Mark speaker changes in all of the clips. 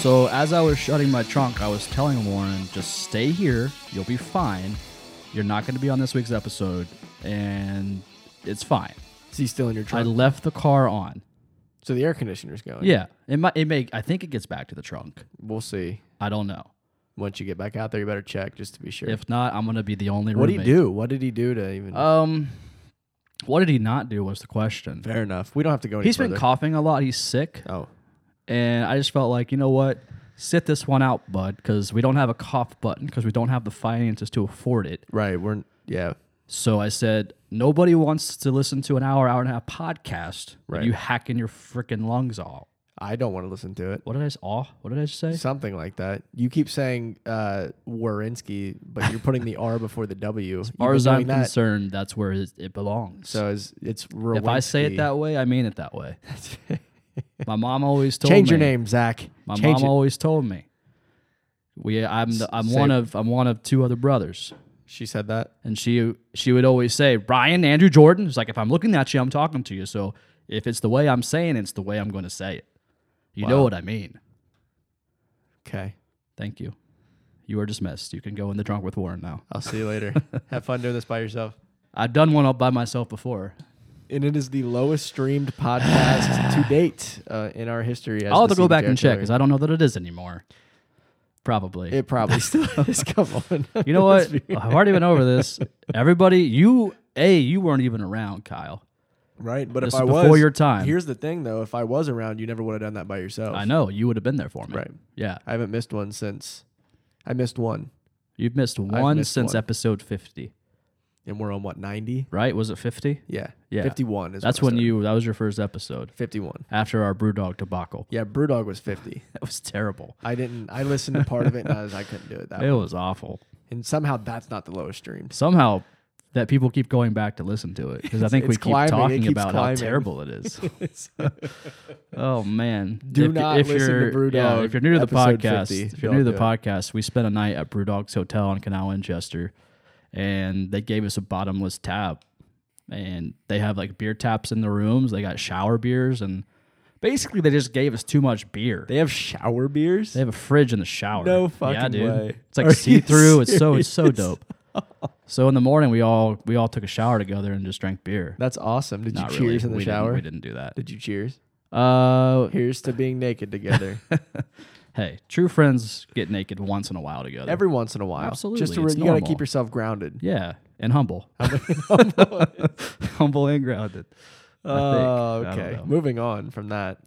Speaker 1: So as I was shutting my trunk, I was telling Warren, just stay here. You'll be fine. You're not going to be on this week's episode, and it's fine.
Speaker 2: Is he still in your
Speaker 1: I
Speaker 2: trunk?
Speaker 1: left the car on.
Speaker 2: so the air conditioner's going.
Speaker 1: Yeah, it might. It may. I think it gets back to the trunk.
Speaker 2: We'll see.
Speaker 1: I don't know.
Speaker 2: Once you get back out there, you better check just to be sure.
Speaker 1: If not, I'm gonna be the only.
Speaker 2: what did he
Speaker 1: roommate.
Speaker 2: do? What did he do to even?
Speaker 1: Um, what did he not do? Was the question.
Speaker 2: Fair enough. We don't have to go any
Speaker 1: He's been
Speaker 2: further.
Speaker 1: coughing a lot. He's sick,
Speaker 2: oh,
Speaker 1: and I just felt like you know what, sit this one out, bud, because we don't have a cough button because we don't have the finances to afford it.
Speaker 2: right. We're yeah.
Speaker 1: So I said, nobody wants to listen to an hour, hour and a half podcast. with
Speaker 2: Right.
Speaker 1: You hacking your freaking lungs off.
Speaker 2: I don't want to listen to it.
Speaker 1: What did I s- aw? What did I just say?
Speaker 2: Something like that. You keep saying uh Warinsky, but you're putting the R before the W. As
Speaker 1: far as I'm concerned, that's where it, it belongs.
Speaker 2: so is, it's
Speaker 1: if I say it
Speaker 2: Rowinski.
Speaker 1: that way, I mean it that way. my mom always told me.
Speaker 2: change your name, Zach.
Speaker 1: My
Speaker 2: change
Speaker 1: mom
Speaker 2: it.
Speaker 1: always told me. We, I'm, the, I'm
Speaker 2: say
Speaker 1: one
Speaker 2: it.
Speaker 1: of, I'm one of two other brothers,
Speaker 2: She said that.
Speaker 1: and she, she would always say, Brian, Andrew, Jordan. It's like if I'm looking at you, I'm talking to you. So if it's the way I'm saying, it, it's the way I'm going to say it. You know
Speaker 2: Wow.
Speaker 1: what I mean.
Speaker 2: Okay.
Speaker 1: Thank you. You are dismissed. You can go in the trunk with Warren now.
Speaker 2: I'll see you later. Have fun doing this by yourself.
Speaker 1: I've done one up by myself before.
Speaker 2: And it is the lowest streamed podcast to date uh, in our history. As
Speaker 1: I'll have
Speaker 2: the
Speaker 1: to go
Speaker 2: Season
Speaker 1: back and
Speaker 2: Territory.
Speaker 1: check because I don't know that it is anymore. Probably.
Speaker 2: It probably still is. Come on.
Speaker 1: you know what? I've already been over this. Everybody, you, A, you weren't even around, Kyle.
Speaker 2: Right, but
Speaker 1: This
Speaker 2: if I
Speaker 1: is
Speaker 2: was
Speaker 1: before your time.
Speaker 2: Here's the thing, though: if I was around, you never would have done that by yourself.
Speaker 1: I know you would have been there for me.
Speaker 2: Oh. Right.
Speaker 1: Yeah.
Speaker 2: I haven't missed one since. I missed one,
Speaker 1: You've missed one
Speaker 2: missed
Speaker 1: since
Speaker 2: one.
Speaker 1: episode 50,
Speaker 2: and we're on what ninety?
Speaker 1: right? Was it 50?
Speaker 2: Yeah,
Speaker 1: Yeah.
Speaker 2: Fifty-one is
Speaker 1: That's
Speaker 2: I
Speaker 1: when
Speaker 2: started.
Speaker 1: you, that was your first episode
Speaker 2: fifty-one.
Speaker 1: after our Brewdog debacle.
Speaker 2: Yeah, Brewdog was fifty.
Speaker 1: That was terrible.
Speaker 2: I didn't. I listened to part of it, and I was I couldn't do it that.
Speaker 1: It
Speaker 2: way.
Speaker 1: was awful.
Speaker 2: And somehow that's not the lowest streamed.
Speaker 1: somehow that people keep going back to listen to it because I think we
Speaker 2: it's
Speaker 1: keep
Speaker 2: climbing. It
Speaker 1: talking
Speaker 2: keeps
Speaker 1: about how
Speaker 2: climbing.
Speaker 1: terrible it is. oh man!
Speaker 2: Do not listen to
Speaker 1: you're-
Speaker 2: Brewdog,
Speaker 1: if you're new to the
Speaker 2: episode
Speaker 1: podcast,
Speaker 2: 50.
Speaker 1: if you're
Speaker 2: Don't
Speaker 1: new to the
Speaker 2: do it.
Speaker 1: podcast, we spent a night at Brewdog's hotel on Canal Winchester, and they gave us a bottomless tab. And they have like beer taps in the rooms. They got shower beers, and basically they just gave us too much beer.
Speaker 2: They have shower beers.
Speaker 1: They have a fridge in the shower.
Speaker 2: No
Speaker 1: yeah,
Speaker 2: fucking
Speaker 1: dude.
Speaker 2: way.
Speaker 1: It's like
Speaker 2: Are you
Speaker 1: see through. It's so it's so dope. So in the morning we all we all took a shower together and just drank beer.
Speaker 2: that's awesome. Did
Speaker 1: Not
Speaker 2: you
Speaker 1: really.
Speaker 2: cheers in the
Speaker 1: we didn't-
Speaker 2: shower?
Speaker 1: we didn't do that.
Speaker 2: Did you cheers?
Speaker 1: Uh,
Speaker 2: Here's to being naked together
Speaker 1: hey, true friends get naked once in a while together.
Speaker 2: every once in a while.
Speaker 1: Absolutely,
Speaker 2: Just to
Speaker 1: it's
Speaker 2: you gotta
Speaker 1: normal.
Speaker 2: keep yourself grounded.
Speaker 1: yeah, and humble, humble and grounded.
Speaker 2: Oh,
Speaker 1: I don't
Speaker 2: okay.
Speaker 1: know.
Speaker 2: Moving on from that.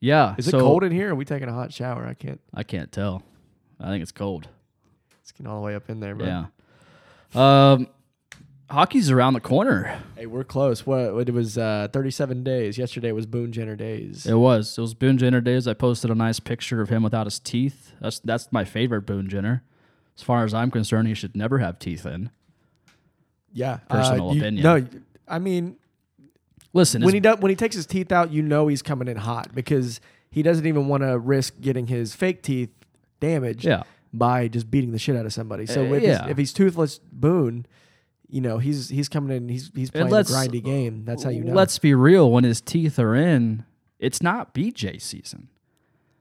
Speaker 1: Yeah.
Speaker 2: Is
Speaker 1: so
Speaker 2: it cold in here? Are we taking a hot shower? I can't.
Speaker 1: I can't tell. I think it's cold.
Speaker 2: It's getting all the way up in there, bro.
Speaker 1: Yeah. Um, hockey's around the corner.
Speaker 2: Hey, we're close. What? what- It was uh, 37 days. Yesterday was Boone Jenner days.
Speaker 1: It was. It was Boone Jenner days. I posted a nice picture of him without his teeth. That's that's my favorite Boone Jenner. As far as I'm concerned, he should never have teeth in.
Speaker 2: Yeah. uh,
Speaker 1: Personal
Speaker 2: you-
Speaker 1: opinion.
Speaker 2: No, I mean
Speaker 1: Listen,
Speaker 2: when he
Speaker 1: his,
Speaker 2: does, when he takes his teeth out, you know he's coming in hot because he doesn't even want to risk getting his fake teeth damaged.
Speaker 1: Yeah.
Speaker 2: By just beating the shit out of somebody. So
Speaker 1: Uh,
Speaker 2: if,
Speaker 1: yeah.
Speaker 2: he's, if he's toothless Boone, you know he's he's coming in. He's he's playing a
Speaker 1: let's-
Speaker 2: grindy game. That's how you know.
Speaker 1: let's be real. When his teeth are in, it's not BJ season.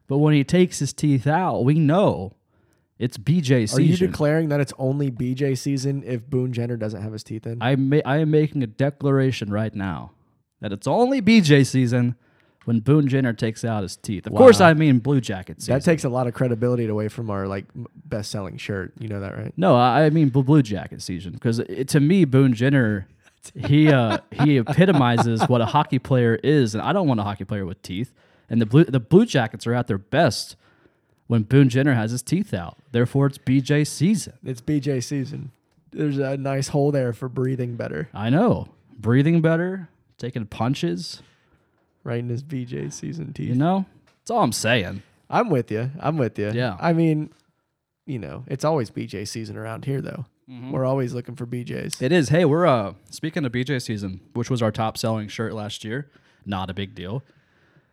Speaker 1: But when he takes his teeth out, we know it's BJ
Speaker 2: Are you
Speaker 1: season.
Speaker 2: declaring that it's only BJ season if Boone Jenner doesn't have his teeth in?
Speaker 1: I ma- I am making a declaration right now that it's only BJ season when Boone Jenner takes out his teeth. Of course, I mean Blue Jacket season.
Speaker 2: That takes a lot of credibility away from our like best selling shirt. You know that, right?
Speaker 1: No, I I mean Blue, Blue Jacket season because to me Boone Jenner, he uh, he epitomizes what a hockey player is, and I don't want a hockey player with teeth. And the blue the Blue Jackets are at their best when Boone Jenner has his teeth out. Therefore, it's BJ season.
Speaker 2: It's BJ season. There's a nice hole there for breathing better,
Speaker 1: I know, breathing better, taking punches.
Speaker 2: right in his BJ season teeth.
Speaker 1: You know, that's all I'm saying.
Speaker 2: I'm with you. I'm with you.
Speaker 1: Yeah.
Speaker 2: I mean, you know, it's always BJ season around here, though.
Speaker 1: Mm-hmm.
Speaker 2: We're always looking for BJs.
Speaker 1: It is. Hey, we're uh speaking of BJ season, which was our top selling shirt last year. Not a big deal.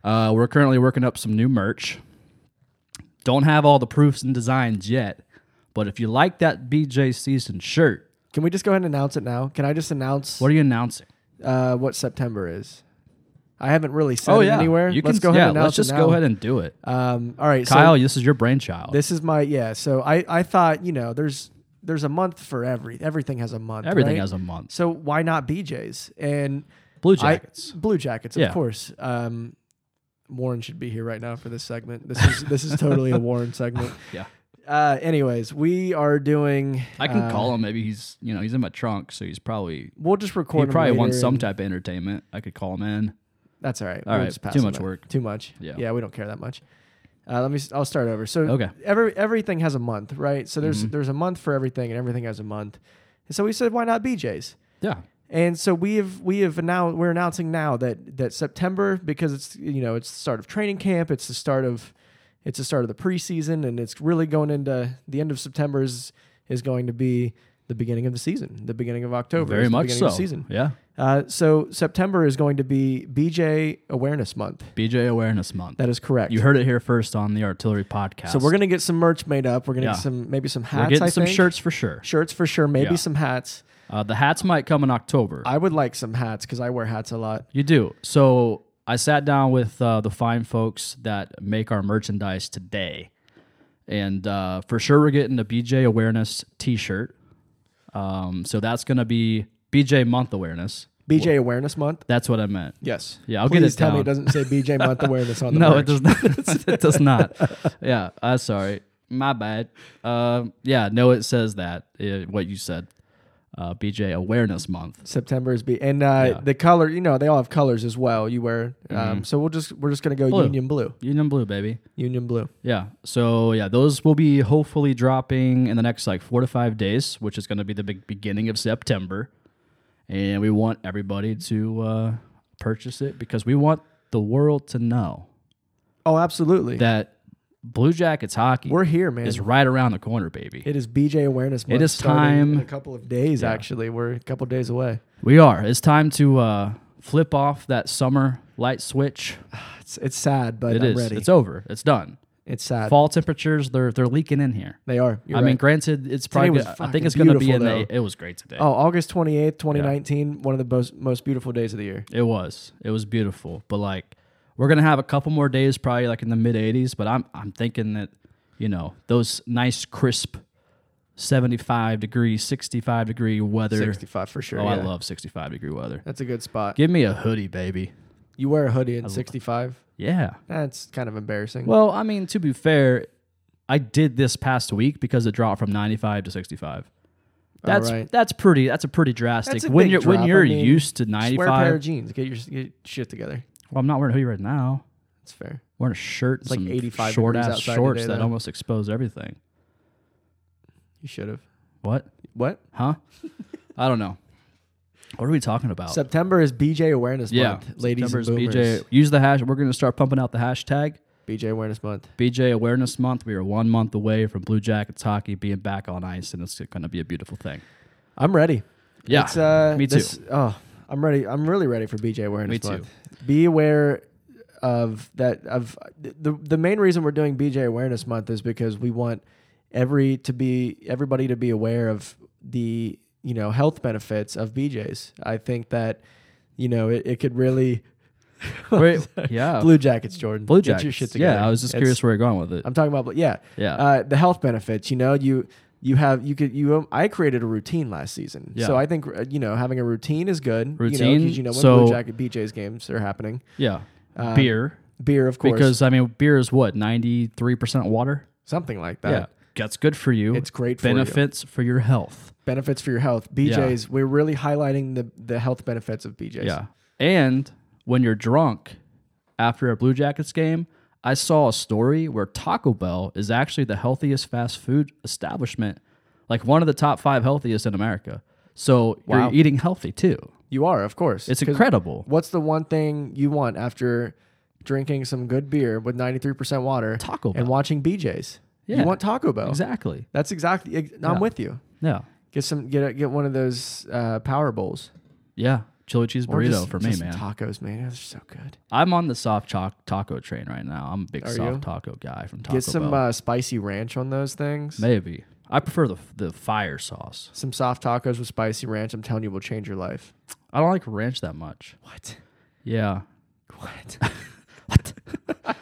Speaker 1: Uh, we're currently working up some new merch. Don't have all the proofs and designs yet, but if you like that BJ season shirt,
Speaker 2: Can we just go ahead and announce it now? Can I just announce
Speaker 1: what are you announcing?
Speaker 2: Uh, what September is? I haven't really said it anywhere.
Speaker 1: You
Speaker 2: let's
Speaker 1: can,
Speaker 2: go ahead
Speaker 1: Oh, yeah,
Speaker 2: and
Speaker 1: let's
Speaker 2: announce
Speaker 1: just
Speaker 2: it
Speaker 1: go
Speaker 2: now.
Speaker 1: ahead and do it.
Speaker 2: Um, all right,
Speaker 1: Kyle,
Speaker 2: So
Speaker 1: this is your brainchild.
Speaker 2: this is my yeah. So I I thought you know there's there's a month for every everything has a month.
Speaker 1: Everything
Speaker 2: right?
Speaker 1: has a month.
Speaker 2: So why not BJ's and
Speaker 1: Blue
Speaker 2: I-
Speaker 1: Jackets.
Speaker 2: Blue Jackets, of
Speaker 1: Yeah.
Speaker 2: course. Um, Warren should be here right now for this segment. This is this is totally a Warren segment.
Speaker 1: Yeah.
Speaker 2: Uh, anyways, we are doing.
Speaker 1: I, can
Speaker 2: uh,
Speaker 1: call him. Maybe he's you know he's in my trunk, so he's probably
Speaker 2: We'll just
Speaker 1: he
Speaker 2: record. him
Speaker 1: probably wants
Speaker 2: later
Speaker 1: some
Speaker 2: and-
Speaker 1: type of entertainment. I could call him in.
Speaker 2: That's all right.
Speaker 1: All
Speaker 2: we'll
Speaker 1: right,
Speaker 2: just pass
Speaker 1: too
Speaker 2: on
Speaker 1: much
Speaker 2: that.
Speaker 1: work.
Speaker 2: Too much.
Speaker 1: Yeah.
Speaker 2: Yeah, we don't care that much. Uh, let me. s- I'll start over. So
Speaker 1: Okay.
Speaker 2: every everything has a month, right? So there's
Speaker 1: Mhm.
Speaker 2: there's a month for everything, and everything has a month. And so we said, why not BJ's?
Speaker 1: Yeah,
Speaker 2: And so we have we have now we're announcing now that that September because it's you know it's the start of training camp, it's the start of it's the start of the preseason, and it's really going into the end of September is is going to be the beginning of the season, the beginning of October, is
Speaker 1: very
Speaker 2: the
Speaker 1: much
Speaker 2: beginning
Speaker 1: so.
Speaker 2: of the season.
Speaker 1: Yeah,
Speaker 2: Uh, so September is going to be BJ Awareness Month.
Speaker 1: BJ Awareness Month.
Speaker 2: That is correct.
Speaker 1: you heard it here first on the Artillery Podcast.
Speaker 2: so we're gonna get some merch made up. We're gonna
Speaker 1: Yeah.
Speaker 2: get some maybe some hats.
Speaker 1: we're getting
Speaker 2: I
Speaker 1: some
Speaker 2: think.
Speaker 1: shirts for sure.
Speaker 2: shirts for sure. Maybe
Speaker 1: Yeah.
Speaker 2: some hats.
Speaker 1: Uh, the hats might come in October.
Speaker 2: I would like some hats because I wear hats a lot.
Speaker 1: You do. So I sat down with uh, the fine folks that make our merchandise today. And uh, for sure, we're getting a BJ Awareness t shirt. Um, so that's going to be BJ Month Awareness.
Speaker 2: BJ Awareness Month.
Speaker 1: That's what I meant.
Speaker 2: Yes.
Speaker 1: Yeah, I'll
Speaker 2: Please
Speaker 1: get it
Speaker 2: tell me
Speaker 1: down.
Speaker 2: it doesn't say BJ Month Awareness on the
Speaker 1: No,
Speaker 2: merch.
Speaker 1: it does not. it does not. Yeah, I'm sorry. My bad. Um yeah, no, it says that, uh, what you said. Uh, BJ Awareness Month.
Speaker 2: September is B, and uh, the color. You know, they all have colors as well. You wear. Um, so we'll just we're just gonna go
Speaker 1: Mm-hmm. Blue.
Speaker 2: Union Blue.
Speaker 1: Union Blue, baby.
Speaker 2: Union Blue.
Speaker 1: Yeah. So yeah, those will be hopefully dropping in the next like four to five days, which is going to be the big beginning of September, and we want everybody to uh, purchase it because we want the world to know
Speaker 2: Oh, absolutely.
Speaker 1: that Blue Jackets hockey
Speaker 2: we're here, man.
Speaker 1: is right around the corner, baby.
Speaker 2: it is BJ Awareness Month.
Speaker 1: is
Speaker 2: starting in
Speaker 1: time-
Speaker 2: a couple of days. Actually, we're a couple of days away.
Speaker 1: we are. It's time to uh, flip off that summer light switch.
Speaker 2: It's it's sad, but
Speaker 1: It
Speaker 2: I'm
Speaker 1: is.
Speaker 2: ready.
Speaker 1: It's over. It's done.
Speaker 2: It's sad.
Speaker 1: Fall temperatures, they're they're leaking in here.
Speaker 2: They are. You're
Speaker 1: I
Speaker 2: right.
Speaker 1: mean, granted, it's probably.
Speaker 2: was
Speaker 1: gonna- I think
Speaker 2: fucking
Speaker 1: it's going to be in
Speaker 2: beautiful,
Speaker 1: the. It was great today.
Speaker 2: oh, August 28th, 2019, one of the most, most beautiful days of the year.
Speaker 1: It was. It was beautiful. But like we're gonna have a couple more days, probably like in the mid eighties. But I'm I'm thinking that, you know, those nice crisp seventy five degree, sixty five degree weather.
Speaker 2: 65 for sure.
Speaker 1: oh, I
Speaker 2: yeah.
Speaker 1: love sixty five degree weather.
Speaker 2: That's a good spot.
Speaker 1: Give me a hoodie, baby.
Speaker 2: You wear a hoodie in 65.
Speaker 1: Yeah.
Speaker 2: That's kind of embarrassing.
Speaker 1: Well, I mean, to be fair, I did this past week because it dropped from ninety five to sixty five. That's
Speaker 2: right.
Speaker 1: that's pretty that's a pretty drastic
Speaker 2: That's a
Speaker 1: when
Speaker 2: big
Speaker 1: you're
Speaker 2: drop.
Speaker 1: when
Speaker 2: I
Speaker 1: you're
Speaker 2: mean,
Speaker 1: used to
Speaker 2: Just
Speaker 1: ninety
Speaker 2: wear a pair of
Speaker 1: five.
Speaker 2: jeans. Get your, get your shit together.
Speaker 1: Well, I'm not wearing a hoodie right now.
Speaker 2: It's fair.
Speaker 1: wearing a shirt,
Speaker 2: like
Speaker 1: some
Speaker 2: 85
Speaker 1: short
Speaker 2: degrees
Speaker 1: ass
Speaker 2: outside
Speaker 1: shorts
Speaker 2: today,
Speaker 1: that
Speaker 2: though.
Speaker 1: almost expose everything.
Speaker 2: You should have.
Speaker 1: What?
Speaker 2: What?
Speaker 1: Huh? I don't know. What are we talking about?
Speaker 2: September is BJ Awareness
Speaker 1: Oh. yeah,
Speaker 2: Month, ladies
Speaker 1: September's
Speaker 2: and boomers.
Speaker 1: BJ. Use the hash. We're gonna start pumping out the hashtag
Speaker 2: BJ. Awareness Month.
Speaker 1: BJ Awareness Month. We are one month away from Blue Jackets hockey being back on ice, and it's gonna be a beautiful thing.
Speaker 2: I'm ready.
Speaker 1: Yeah,
Speaker 2: It's, uh,
Speaker 1: me too.
Speaker 2: this- oh, I'm ready. I'm really ready for BJ Awareness
Speaker 1: Me too.
Speaker 2: Month. Be aware of that. Of the the main reason we're doing BJ Awareness Month is because we want every to be everybody to be aware of the you know health benefits of BJ's. I think that you know it, it could really
Speaker 1: Wait, yeah, Blue,
Speaker 2: Blue Jackets, Jordan. Get
Speaker 1: Jackets.
Speaker 2: your shit together.
Speaker 1: yeah, I was just
Speaker 2: It's-
Speaker 1: curious where you're going with it.
Speaker 2: I'm talking about, yeah,
Speaker 1: Yeah.
Speaker 2: uh, the health benefits. You know, you you have you could you. um, I created a routine last season,
Speaker 1: Yeah.
Speaker 2: so I think uh, you know having a routine is good. you know,
Speaker 1: Routine,
Speaker 2: 'cause you know when
Speaker 1: so-
Speaker 2: Blue Jacket BJ's games are happening,
Speaker 1: yeah, beer
Speaker 2: beer uh, of course,
Speaker 1: because I mean beer is what ninety three percent water.
Speaker 2: something like that.
Speaker 1: Yeah, that's good for you.
Speaker 2: It's great for you.
Speaker 1: benefits for your health.
Speaker 2: Benefits for your health, BJ's. We're really highlighting the the health benefits of BJ's.
Speaker 1: Yeah. And when you're drunk after a Blue Jackets game, I saw a story where Taco Bell is actually the healthiest fast food establishment, like one of the top five healthiest in America. So
Speaker 2: Wow.
Speaker 1: you're eating healthy too.
Speaker 2: you are of course.
Speaker 1: It's
Speaker 2: 'Cause
Speaker 1: incredible.
Speaker 2: What's the one thing you want after drinking some good beer with 93% water,
Speaker 1: Taco Bell.
Speaker 2: and watching BJ's?
Speaker 1: Yeah.
Speaker 2: You want Taco Bell.
Speaker 1: Exactly.
Speaker 2: That's exactly. I'm with you.
Speaker 1: Yeah.
Speaker 2: Get some get a, get one of those uh, power bowls.
Speaker 1: Yeah. Chili cheese
Speaker 2: Or
Speaker 1: burrito
Speaker 2: just-
Speaker 1: for me,
Speaker 2: just
Speaker 1: man.
Speaker 2: Tacos, man, they're so good.
Speaker 1: I'm on the soft cho- taco train right now. I'm a big
Speaker 2: Are
Speaker 1: soft
Speaker 2: you?
Speaker 1: taco guy from Taco
Speaker 2: Get some
Speaker 1: Bell.
Speaker 2: uh, spicy ranch on those things.
Speaker 1: Maybe. I prefer the the fire sauce.
Speaker 2: Some soft tacos with spicy ranch. I'm telling you, will change your life.
Speaker 1: I don't like ranch that much.
Speaker 2: What?
Speaker 1: Yeah.
Speaker 2: What?
Speaker 1: What?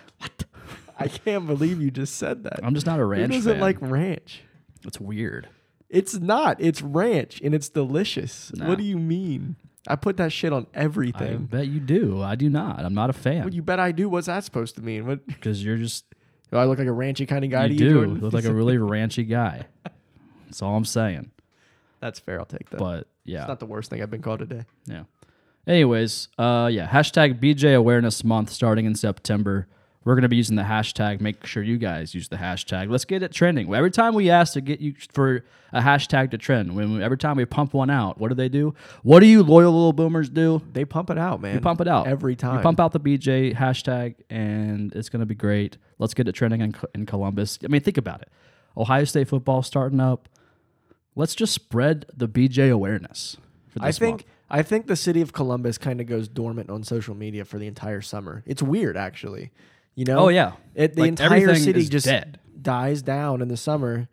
Speaker 2: I can't believe you just said that.
Speaker 1: I'm just not a
Speaker 2: Who
Speaker 1: ranch
Speaker 2: doesn't
Speaker 1: fan.
Speaker 2: like ranch?
Speaker 1: it's weird.
Speaker 2: It's not. It's ranch and it's delicious.
Speaker 1: Nah.
Speaker 2: What do you mean? I put that shit on
Speaker 1: I
Speaker 2: everything.
Speaker 1: bet you do. I do not. I'm not a
Speaker 2: What
Speaker 1: fan
Speaker 2: you bet I do. What's that supposed to mean? What?
Speaker 1: because you're just
Speaker 2: Do I look like a ranchy kind of guy
Speaker 1: you
Speaker 2: to you?
Speaker 1: do
Speaker 2: Jordan?
Speaker 1: look like a really ranchy guy. That's all I'm saying.
Speaker 2: That's fair. I'll take that.
Speaker 1: But
Speaker 2: it's
Speaker 1: yeah,
Speaker 2: not the worst thing I've been called today.
Speaker 1: yeah. Anyways, uh, yeah. Hashtag BJ Awareness Month starting in September. We're gonna be using the hashtag. Make sure you guys use the hashtag. Let's get it trending. Every time we ask to get you for a hashtag to trend, when every time we pump one out, what do they do? What do you loyal little boomers do?
Speaker 2: They pump it out, man.
Speaker 1: You pump it out
Speaker 2: every time.
Speaker 1: You pump out the BJ hashtag, and it's going to be great. Let's get it trending in, in Columbus. I mean, think about it. Ohio State football starting up. Let's just spread the BJ awareness. For this
Speaker 2: I think
Speaker 1: month.
Speaker 2: I think the city of Columbus kind of goes dormant on social media for the entire summer. It's weird, actually. You know?
Speaker 1: Oh, yeah.
Speaker 2: It, the
Speaker 1: Like,
Speaker 2: entire
Speaker 1: everything
Speaker 2: city
Speaker 1: is
Speaker 2: just
Speaker 1: dead.
Speaker 2: dies down in the summer,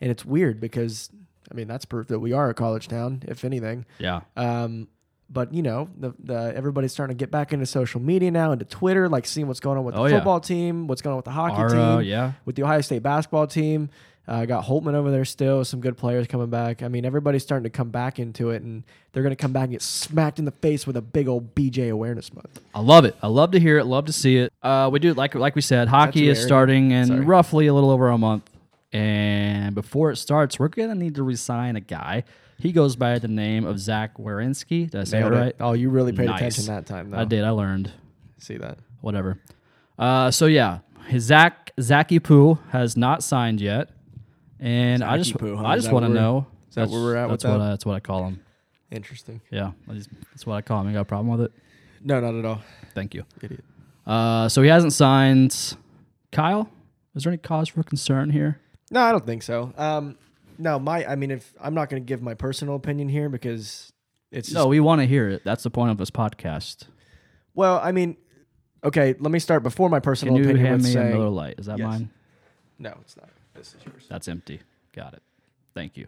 Speaker 2: and it's weird because I mean that's proof that we are a college town, if anything.
Speaker 1: Yeah.
Speaker 2: Um, but you know, the, the everybody's starting to get back into social media now, into Twitter, like seeing what's going on with
Speaker 1: Oh,
Speaker 2: the
Speaker 1: yeah.
Speaker 2: football team, what's going on with the hockey
Speaker 1: Our,
Speaker 2: team,
Speaker 1: uh, yeah.
Speaker 2: with the Ohio State basketball team. Uh, got Holtman over there still, some good players coming back. I mean, everybody's starting to come back into it, and they're going to come back and get smacked in the face with a big old BJ awareness month.
Speaker 1: I love it. I love to hear it. Love to see it. Uh, we do like like we said. Hockey
Speaker 2: too
Speaker 1: is
Speaker 2: arrogant?
Speaker 1: starting in
Speaker 2: Sorry.
Speaker 1: roughly a little over a month, and before it starts, we're gonna need to resign a guy. He goes by the name of Zach Warinsky. Did I say
Speaker 2: Nailed
Speaker 1: that
Speaker 2: it.
Speaker 1: right?
Speaker 2: Oh, you really paid
Speaker 1: Nice.
Speaker 2: attention that time, though.
Speaker 1: I did. I learned.
Speaker 2: see that.
Speaker 1: whatever. Uh, so yeah, his Zach Zachy Poo has not signed yet, and I just
Speaker 2: Poo, huh?
Speaker 1: I
Speaker 2: Is
Speaker 1: just
Speaker 2: that
Speaker 1: want to
Speaker 2: where-
Speaker 1: know.
Speaker 2: is that
Speaker 1: That's-
Speaker 2: where we're at with
Speaker 1: That's what
Speaker 2: that?
Speaker 1: I, that's what I call him.
Speaker 2: Interesting.
Speaker 1: Yeah, I just- that's what I call him. You got a problem with it?
Speaker 2: No, not at all.
Speaker 1: Thank you.
Speaker 2: Idiot.
Speaker 1: Uh, so he hasn't signed. Kyle, is there any cause for concern here?
Speaker 2: No, I don't think so. Um, no, my I mean, if I'm not going to give my personal opinion here because it's just
Speaker 1: No, we want to hear it. That's the point of this podcast.
Speaker 2: Well, I mean, okay, let me start before my
Speaker 1: Can
Speaker 2: personal
Speaker 1: you
Speaker 2: opinion
Speaker 1: hand
Speaker 2: with
Speaker 1: me
Speaker 2: saying
Speaker 1: another light? Is that
Speaker 2: Yes.
Speaker 1: mine?
Speaker 2: No, it's not. This is yours.
Speaker 1: That's empty. Got it. Thank you.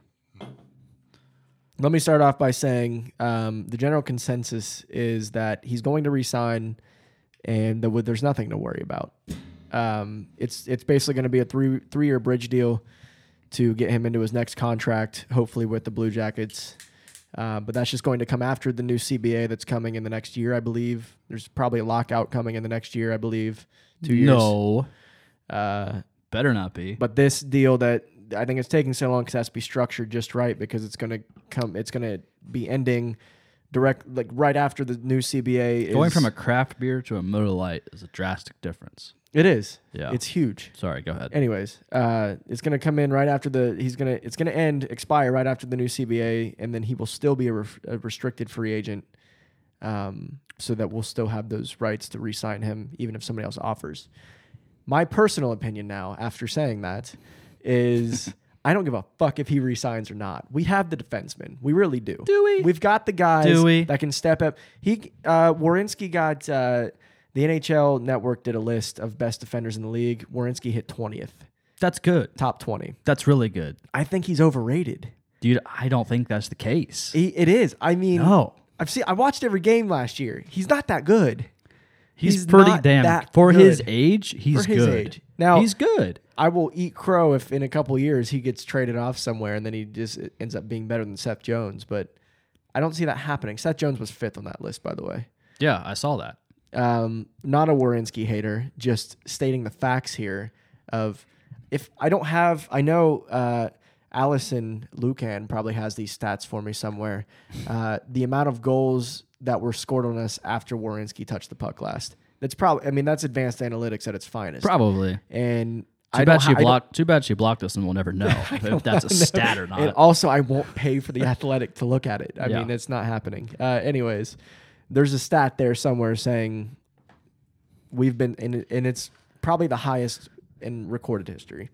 Speaker 2: Let me start off by saying um, the general consensus is that he's going to resign and that would- there's nothing to worry about. Um, it's it's basically going to be a three three year bridge deal to get him into his next contract, hopefully with the Blue Jackets. Uh, but that's just going to come after the new CBA that's coming in the next year, I believe. There's probably a lockout coming in the next year, I believe. Two years.
Speaker 1: No,
Speaker 2: Uh,
Speaker 1: better not be.
Speaker 2: But this deal that I think it's taking so long because it has to be structured just right because it's going to come, it's going to be ending direct, like right after the new CBA.
Speaker 1: Going
Speaker 2: is,
Speaker 1: from a craft beer to a Miller Lite is a drastic difference.
Speaker 2: it is,
Speaker 1: Yeah.
Speaker 2: it's huge.
Speaker 1: Sorry, go ahead.
Speaker 2: Anyways, uh, it's going to come in right after the he's going to it's going to end expire right after the new CBA, and then he will still be a, ref, a restricted free agent. Um, so that we'll still have those rights to re-sign him, even if somebody else offers. My personal opinion now, after saying that, is I don't give a fuck if he resigns or not. We have the defenseman. We really do.
Speaker 1: Do we?
Speaker 2: We've got the guys
Speaker 1: Do we?
Speaker 2: that can step up. He uh, Warinsky got uh, the NHL Network did a list of best defenders in the league. Warinsky hit twentieth
Speaker 1: That's good.
Speaker 2: top 20.
Speaker 1: That's really good.
Speaker 2: I think he's overrated.
Speaker 1: Dude, I don't think that's the case.
Speaker 2: He, it is. I mean,
Speaker 1: No.
Speaker 2: I've seen I watched every game last year. He's not that good.
Speaker 1: He's,
Speaker 2: He's
Speaker 1: pretty
Speaker 2: not
Speaker 1: damn
Speaker 2: that
Speaker 1: for his
Speaker 2: good.
Speaker 1: age, he's
Speaker 2: For his
Speaker 1: good.
Speaker 2: age. Now-
Speaker 1: he's good.
Speaker 2: I will eat crow if in a couple years he gets traded off somewhere and then he just ends up being better than Seth Jones, but I don't see that happening. Seth Jones was fifth on that list, by the way.
Speaker 1: Yeah, I saw that.
Speaker 2: Um, not a Warinsky hater, just stating the facts here of if I don't have I know uh Allison Lucan probably has these stats for me somewhere. Uh, the amount of goals that were scored on us after Warinsky touched the puck last. That's probably I mean that's advanced analytics at its finest.
Speaker 1: Probably.
Speaker 2: And
Speaker 1: Too
Speaker 2: I
Speaker 1: bad
Speaker 2: don't
Speaker 1: she
Speaker 2: ha- I don't-
Speaker 1: blocked too bad she blocked us and we'll never know if that's a stat or
Speaker 2: and
Speaker 1: not.
Speaker 2: also, I won't pay for the athletic to look at it. I
Speaker 1: Yeah.
Speaker 2: mean, it's not happening. Uh, anyways, there's a stat there somewhere saying we've been, and, and it's probably the highest in recorded history.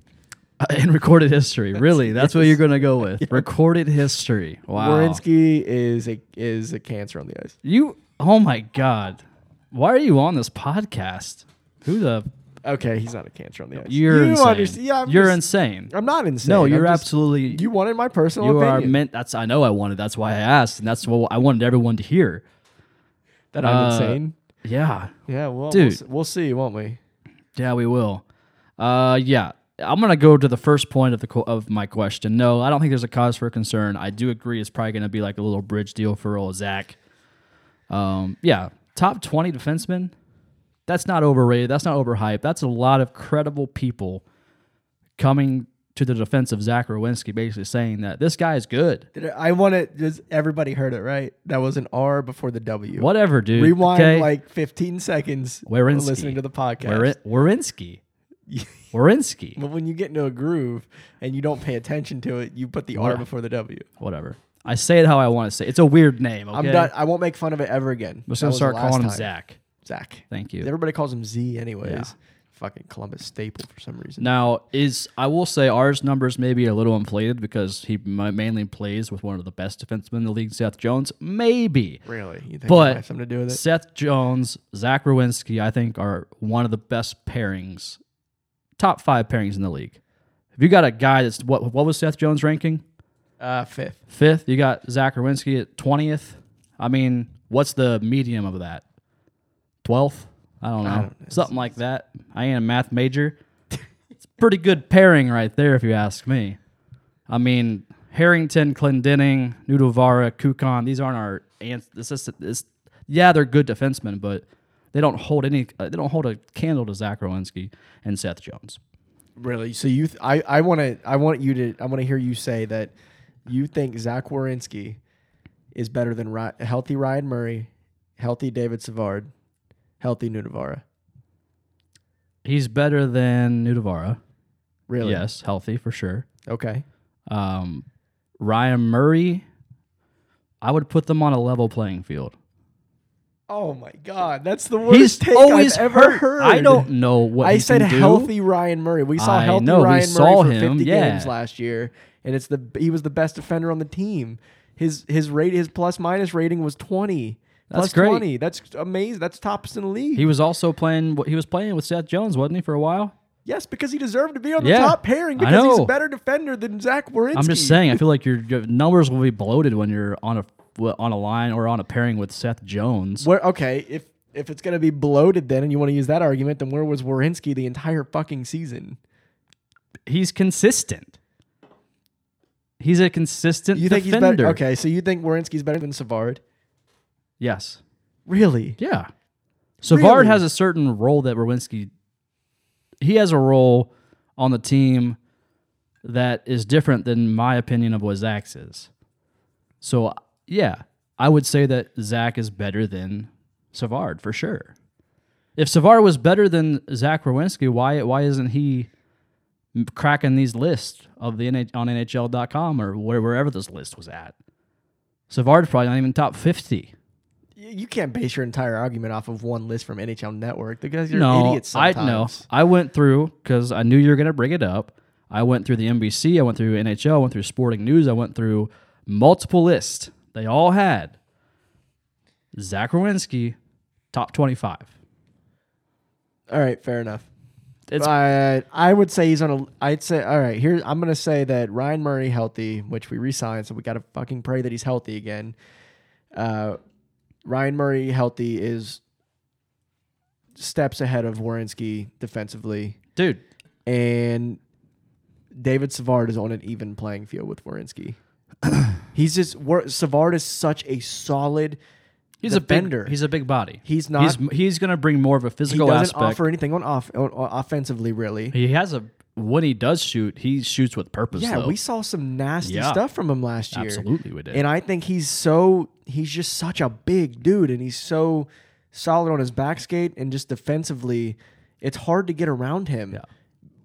Speaker 1: In recorded history. Really, that's what you're gonna go with. Recorded history. Wow.
Speaker 2: Warinsky is a is a cancer on the ice.
Speaker 1: You oh my god. Why are you on this podcast? Who the
Speaker 2: Okay, he's not a cancer on the ice.
Speaker 1: you're
Speaker 2: You
Speaker 1: insane.
Speaker 2: understand- Yeah, I'm
Speaker 1: you're
Speaker 2: just-
Speaker 1: insane.
Speaker 2: I'm not insane.
Speaker 1: No,
Speaker 2: I'm
Speaker 1: you're
Speaker 2: just-
Speaker 1: absolutely
Speaker 2: You wanted my personal
Speaker 1: You are
Speaker 2: opinion.
Speaker 1: meant. That's I know I wanted. That's why I asked, and that's what I wanted everyone to hear.
Speaker 2: that I'm
Speaker 1: uh,
Speaker 2: insane.
Speaker 1: Yeah.
Speaker 2: Yeah, well,
Speaker 1: Dude.
Speaker 2: we'll, s- we'll see, won't we?
Speaker 1: Yeah, we will. Uh, yeah, I'm gonna go to the first point of the qu- of my question. No, I don't think there's a cause for concern. I do agree it's probably gonna be like a little bridge deal for old Zach. Um, yeah, top 20 defenseman. That's not overrated. That's not overhyped. That's a lot of credible people coming to the defense of Zach Rowinski, basically saying that this guy is good.
Speaker 2: Did I, I want it. Just everybody heard it right. That was an R before the W.
Speaker 1: Whatever, dude.
Speaker 2: Rewind
Speaker 1: okay?
Speaker 2: like 15 seconds.
Speaker 1: We're
Speaker 2: while
Speaker 1: in
Speaker 2: listening to the podcast.
Speaker 1: Wawrin- Wawrinski. Wawrinski.
Speaker 2: But when you get into a groove and you don't pay attention to it, you put the R before the W.
Speaker 1: whatever. I say it how I want to say. it. It's a weird name. Okay?
Speaker 2: I'm not. I won't make fun of it ever again.
Speaker 1: I'm just
Speaker 2: That
Speaker 1: gonna
Speaker 2: was the
Speaker 1: start
Speaker 2: last
Speaker 1: calling him
Speaker 2: time.
Speaker 1: Zach.
Speaker 2: Zach.
Speaker 1: Thank you.
Speaker 2: Everybody calls him Z, anyways.
Speaker 1: Yeah.
Speaker 2: Fucking Columbus staple for some reason.
Speaker 1: Now is I will say ours numbers may be a little inflated because he mi- mainly plays with one of the best defensemen in the league, Seth Jones. Maybe,
Speaker 2: Really? You think
Speaker 1: But-
Speaker 2: that has something to do with it?
Speaker 1: Seth Jones, Zach Rowinski, I think are one of the best pairings, top five pairings in the league. If you got a guy that's what what was Seth Jones ranking?
Speaker 2: Uh, fifth.
Speaker 1: Fifth. You got Zach Rowinski at twentieth. I mean, what's the medium of that? Twelfth? I don't know.
Speaker 2: don't know.
Speaker 1: Something like that. I ain't a math major. it's pretty good pairing right there, if you ask me. I mean, Harrington, Clendenning, Nudovara, Kukan. These aren't our ans- This is this. Yeah, they're good defensemen, but they don't hold any. Uh, they don't hold a candle to Zach Rowinski and Seth Jones.
Speaker 2: Really? So you? Th- I I want to. I want you to. I want to hear you say that you think Zach Warinsky is better than Ry- healthy Ryan Murray, healthy David Savard, healthy Nunavara.
Speaker 1: He's better than Nudovara.
Speaker 2: Really?
Speaker 1: Yes, healthy for sure.
Speaker 2: Okay.
Speaker 1: Um, Ryan Murray, I would put them on a level playing field.
Speaker 2: Oh my God, that's the worst
Speaker 1: he's
Speaker 2: take
Speaker 1: always
Speaker 2: I've ever
Speaker 1: hurt.
Speaker 2: heard.
Speaker 1: I don't know what
Speaker 2: I
Speaker 1: he
Speaker 2: said
Speaker 1: can do.
Speaker 2: healthy Ryan Murray. We saw
Speaker 1: I
Speaker 2: healthy
Speaker 1: know, we
Speaker 2: Ryan
Speaker 1: saw
Speaker 2: Murray for
Speaker 1: him,
Speaker 2: 50
Speaker 1: yeah.
Speaker 2: games last year, and it's the he was the best defender on the team. His his rate his plus minus rating was twenty.
Speaker 1: That's
Speaker 2: Plus
Speaker 1: great.
Speaker 2: twenty. That's amazing. That's tops in the league.
Speaker 1: He was also playing. He was playing with Seth Jones, wasn't he, for a while?
Speaker 2: yes, because he deserved to be on the
Speaker 1: Yeah,
Speaker 2: top pairing
Speaker 1: I
Speaker 2: because he's a
Speaker 1: know.
Speaker 2: better defender than Zach Warinsky.
Speaker 1: I'm just saying. I feel like your, your numbers will be bloated when you're on a on a line or on a pairing with Seth Jones.
Speaker 2: Where okay, if if it's gonna be bloated then and you want to use that argument, then where was Warinsky the entire fucking season?
Speaker 1: He's consistent. He's a consistent
Speaker 2: You think
Speaker 1: defender.
Speaker 2: he's better? Okay, so you think Warinsky's better than Savard?
Speaker 1: Yes.
Speaker 2: Really?
Speaker 1: Yeah. Savard
Speaker 2: Really?
Speaker 1: has a certain role that Rowinski he has a role on the team that is different than my opinion of what Zach's is. So yeah, I would say that Zach is better than Savard for sure. If Savard was better than Zach Rowinski, why why isn't he cracking these lists of the NH- on NHL.com or where, wherever this list was at? Savard's probably not even top fifty.
Speaker 2: Y- You can't base your entire argument off of one list from NHL Network. The guys are idiots
Speaker 1: I
Speaker 2: sometimes.
Speaker 1: no. I went through because I knew you were gonna bring it up. I went through the NBC, I went through NHL, I went through Sporting News, I went through multiple lists. They all had Zach Rowinski, top twenty-five.
Speaker 2: All right, fair enough.
Speaker 1: It's-
Speaker 2: But I would say he's on a. I'd say all right. Here I'm gonna say that Ryan Murray healthy, which we re-signed, so we gotta fucking pray that he's healthy again. Uh, Ryan Murray healthy is steps ahead of Warinsky defensively,
Speaker 1: Dude,
Speaker 2: and David Savard is on an even playing field with Warinsky. he's just War- Savard is such a solid.
Speaker 1: he's a
Speaker 2: Defender.
Speaker 1: big, he's a big body.
Speaker 2: He's not
Speaker 1: He's he's gonna bring more of a
Speaker 2: he
Speaker 1: physical
Speaker 2: doesn't
Speaker 1: aspect.
Speaker 2: offer anything on off on, on offensively really.
Speaker 1: he has a when he does shoot, he shoots with purpose.
Speaker 2: Yeah,
Speaker 1: though.
Speaker 2: we saw some nasty
Speaker 1: Yeah.
Speaker 2: stuff from him last year.
Speaker 1: absolutely we did.
Speaker 2: And I think he's so he's just such a big dude and he's so solid on his back skate and just defensively it's hard to get around him.
Speaker 1: Yeah.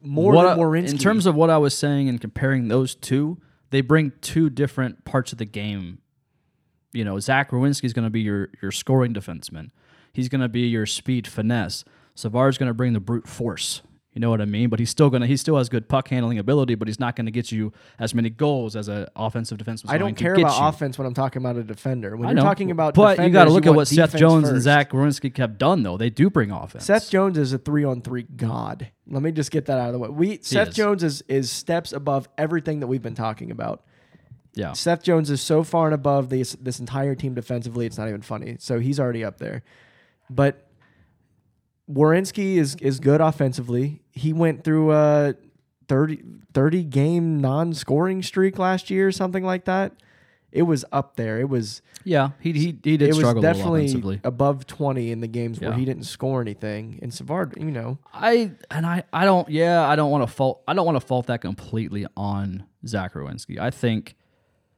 Speaker 2: More
Speaker 1: What
Speaker 2: than
Speaker 1: I-
Speaker 2: Warinsky.
Speaker 1: In terms of what I was saying and comparing those two, they bring two different parts of the game. You know, Zach Rowinski's going to be your your scoring defenseman. He's going to be your speed finesse. Savard's going to bring the brute force. You know what I mean? But he's still gonna he still has good puck handling ability, but he's not going to get you as many goals as an offensive defenseman.
Speaker 2: I don't care about offense when I'm talking about a defender. When
Speaker 1: I
Speaker 2: you're
Speaker 1: know.
Speaker 2: talking about
Speaker 1: but you got to
Speaker 2: defenders,
Speaker 1: look at
Speaker 2: want
Speaker 1: what Seth
Speaker 2: defense
Speaker 1: Jones and
Speaker 2: first.
Speaker 1: Zach Rowinski have done though. They do bring offense.
Speaker 2: Seth Jones is a three on three god. Let me just get that out of the way. We Seth
Speaker 1: is.
Speaker 2: Jones is is steps above everything that we've been talking about.
Speaker 1: yeah,
Speaker 2: Seth Jones is so far and above this this entire team defensively, it's not even funny. So he's already up there. But Warinsky is is good offensively. He went through a 30, 30 game non-scoring streak last year, something like that. It was up there. It was
Speaker 1: Yeah, he he, he did
Speaker 2: it was
Speaker 1: struggle a little
Speaker 2: definitely
Speaker 1: offensively.
Speaker 2: above 20 in the games where
Speaker 1: Yeah.
Speaker 2: he didn't score anything. And Savard, you know,
Speaker 1: I and I I don't yeah I don't want to fault I don't want to fault that completely on Zach Rowinski. I think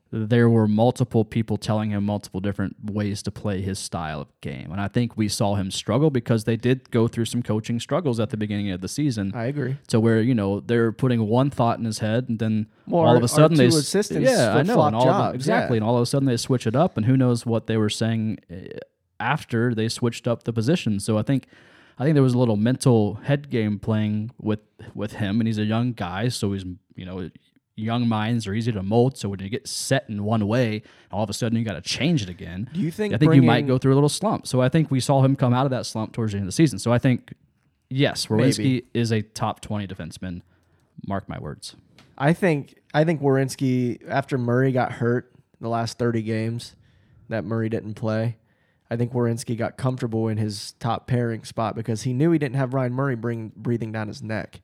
Speaker 1: there were multiple people telling him multiple different ways to play his style of game, and I think we saw him struggle because they did go through some coaching struggles at the beginning of the season.
Speaker 2: I agree.
Speaker 1: to where you know they're putting one thought in his head, and then
Speaker 2: Well,
Speaker 1: all
Speaker 2: our-
Speaker 1: of
Speaker 2: our
Speaker 1: a sudden they
Speaker 2: two
Speaker 1: s-
Speaker 2: assistants
Speaker 1: yeah I know
Speaker 2: flip-flop
Speaker 1: and all of a-
Speaker 2: jobs,
Speaker 1: exactly,
Speaker 2: yeah.
Speaker 1: and all of a sudden they switch it up, and who knows what they were saying eh, after they switched up the position. So I think I think there was a little mental head game playing with with him, and he's a young guy, so he's you know young minds are easy to mold. So when you get set in one way, all of a sudden you got to change it again.
Speaker 2: Do you think
Speaker 1: I think you might
Speaker 2: bringing-
Speaker 1: go through a little slump. So I think we saw him come out of that slump towards the end of the season. So I think yes, Rowinski is a top twenty defenseman. Mark my words.
Speaker 2: I think I think Warinsky after Murray got hurt the last 30 games that Murray didn't play. I think Warinsky got comfortable in his top pairing spot because he knew he didn't have Ryan Murray bring breathing down his neck.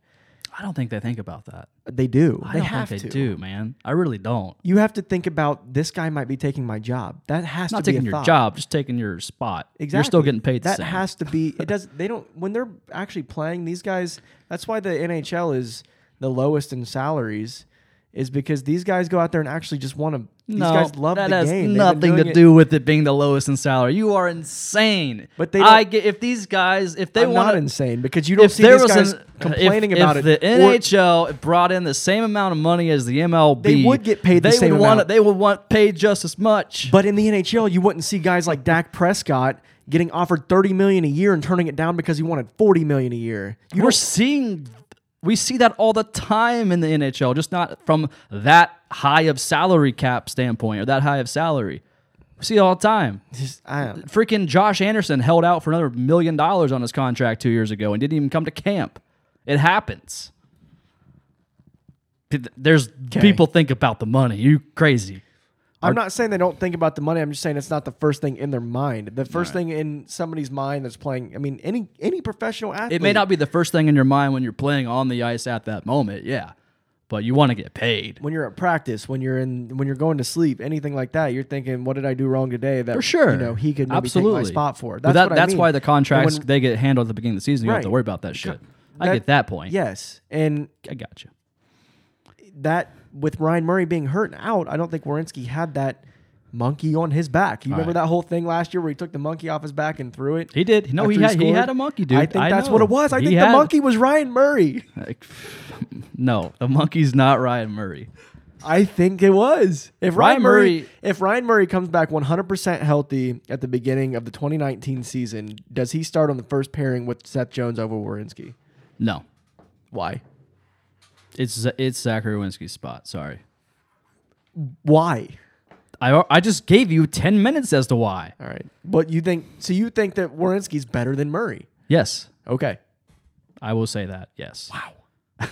Speaker 1: I don't think they think about that.
Speaker 2: They do.
Speaker 1: I
Speaker 2: they
Speaker 1: don't
Speaker 2: have
Speaker 1: think they
Speaker 2: to.
Speaker 1: do, man. I really don't.
Speaker 2: You have to think about this guy might be taking my job. That has
Speaker 1: Not
Speaker 2: to be
Speaker 1: taking your
Speaker 2: a thought.
Speaker 1: job, just taking your spot.
Speaker 2: Exactly.
Speaker 1: You're still getting paid the
Speaker 2: That
Speaker 1: same.
Speaker 2: has to be. It does. They don't. When they're actually playing, these guys. That's why the NHL is the lowest in salaries, is because these guys go out there and actually just want to. These
Speaker 1: no,
Speaker 2: guys love
Speaker 1: that
Speaker 2: the
Speaker 1: has
Speaker 2: game. They've been
Speaker 1: nothing
Speaker 2: doing
Speaker 1: to
Speaker 2: it-
Speaker 1: do with it being the lowest in salary. You are insane.
Speaker 2: But they
Speaker 1: I
Speaker 2: don't-
Speaker 1: get if these guys if they
Speaker 2: I'm
Speaker 1: want
Speaker 2: not insane because you don't see these guys complaining
Speaker 1: if,
Speaker 2: about
Speaker 1: if
Speaker 2: it.
Speaker 1: the
Speaker 2: or-
Speaker 1: NHL brought in the same amount of money as the MLB,
Speaker 2: They would get paid the
Speaker 1: They
Speaker 2: same
Speaker 1: would want
Speaker 2: amount.
Speaker 1: they would want paid just as much.
Speaker 2: but in the NHL, you wouldn't see guys like Dak Prescott getting offered thirty million a year and turning it down because he wanted forty million a year. You
Speaker 1: we're
Speaker 2: don't
Speaker 1: seeing we see that all the time in the NHL, just not from that high of salary cap standpoint or that high of salary. We see it all the time.
Speaker 2: just, I don't.
Speaker 1: Freaking Josh Anderson held out for another million dollars on his contract two years ago and didn't even come to camp. It happens. P- There's people think about the money. You crazy.
Speaker 2: I'm not saying they don't think about the money. I'm just saying it's not the first thing in their mind. The first thing in somebody's mind that's playing. I mean, any any professional athlete.
Speaker 1: It may not be the first thing in your mind when you're playing on the ice at that moment, yeah. But you want to get paid.
Speaker 2: when you're at practice, when you're in, when you're going to sleep, anything like that. You're thinking, what did I do wrong today? That
Speaker 1: For sure.
Speaker 2: you know, he could maybe take my spot for.
Speaker 1: But
Speaker 2: That's
Speaker 1: that-
Speaker 2: what I
Speaker 1: that's
Speaker 2: mean.
Speaker 1: why the
Speaker 2: And
Speaker 1: contracts
Speaker 2: when-
Speaker 1: they get handled at the beginning of the season. You don't have to
Speaker 2: Right.
Speaker 1: worry about that shit. I
Speaker 2: that-
Speaker 1: get that point.
Speaker 2: yes, and
Speaker 1: I got you.
Speaker 2: that with Ryan Murray being hurt and out, I don't think Warinsky had that monkey on his back. You remember
Speaker 1: right.
Speaker 2: that whole thing last year where he took the monkey off his back and threw it.
Speaker 1: He did. No, he
Speaker 2: after
Speaker 1: had, he
Speaker 2: scored?
Speaker 1: had a monkey, dude.
Speaker 2: I think that's
Speaker 1: know.
Speaker 2: what it was. I
Speaker 1: He
Speaker 2: think
Speaker 1: had-
Speaker 2: the monkey was Ryan Murray.
Speaker 1: No, the monkey's not Ryan Murray.
Speaker 2: I think it was. If Ryan,
Speaker 1: Ryan
Speaker 2: Murray,
Speaker 1: Murray-
Speaker 2: if Ryan Murray comes back 100% healthy at the beginning of the 2019 season, does he start on the first pairing with Seth Jones over Warinsky?
Speaker 1: No,
Speaker 2: Why?
Speaker 1: it's it's Zach Rowinski's spot. Sorry,
Speaker 2: Why?
Speaker 1: I I just gave you ten minutes as to why.
Speaker 2: All right. But you think so you think that Warinsky's better than Murray.
Speaker 1: Yes,
Speaker 2: Okay.
Speaker 1: I will say that. Yes,
Speaker 2: Wow.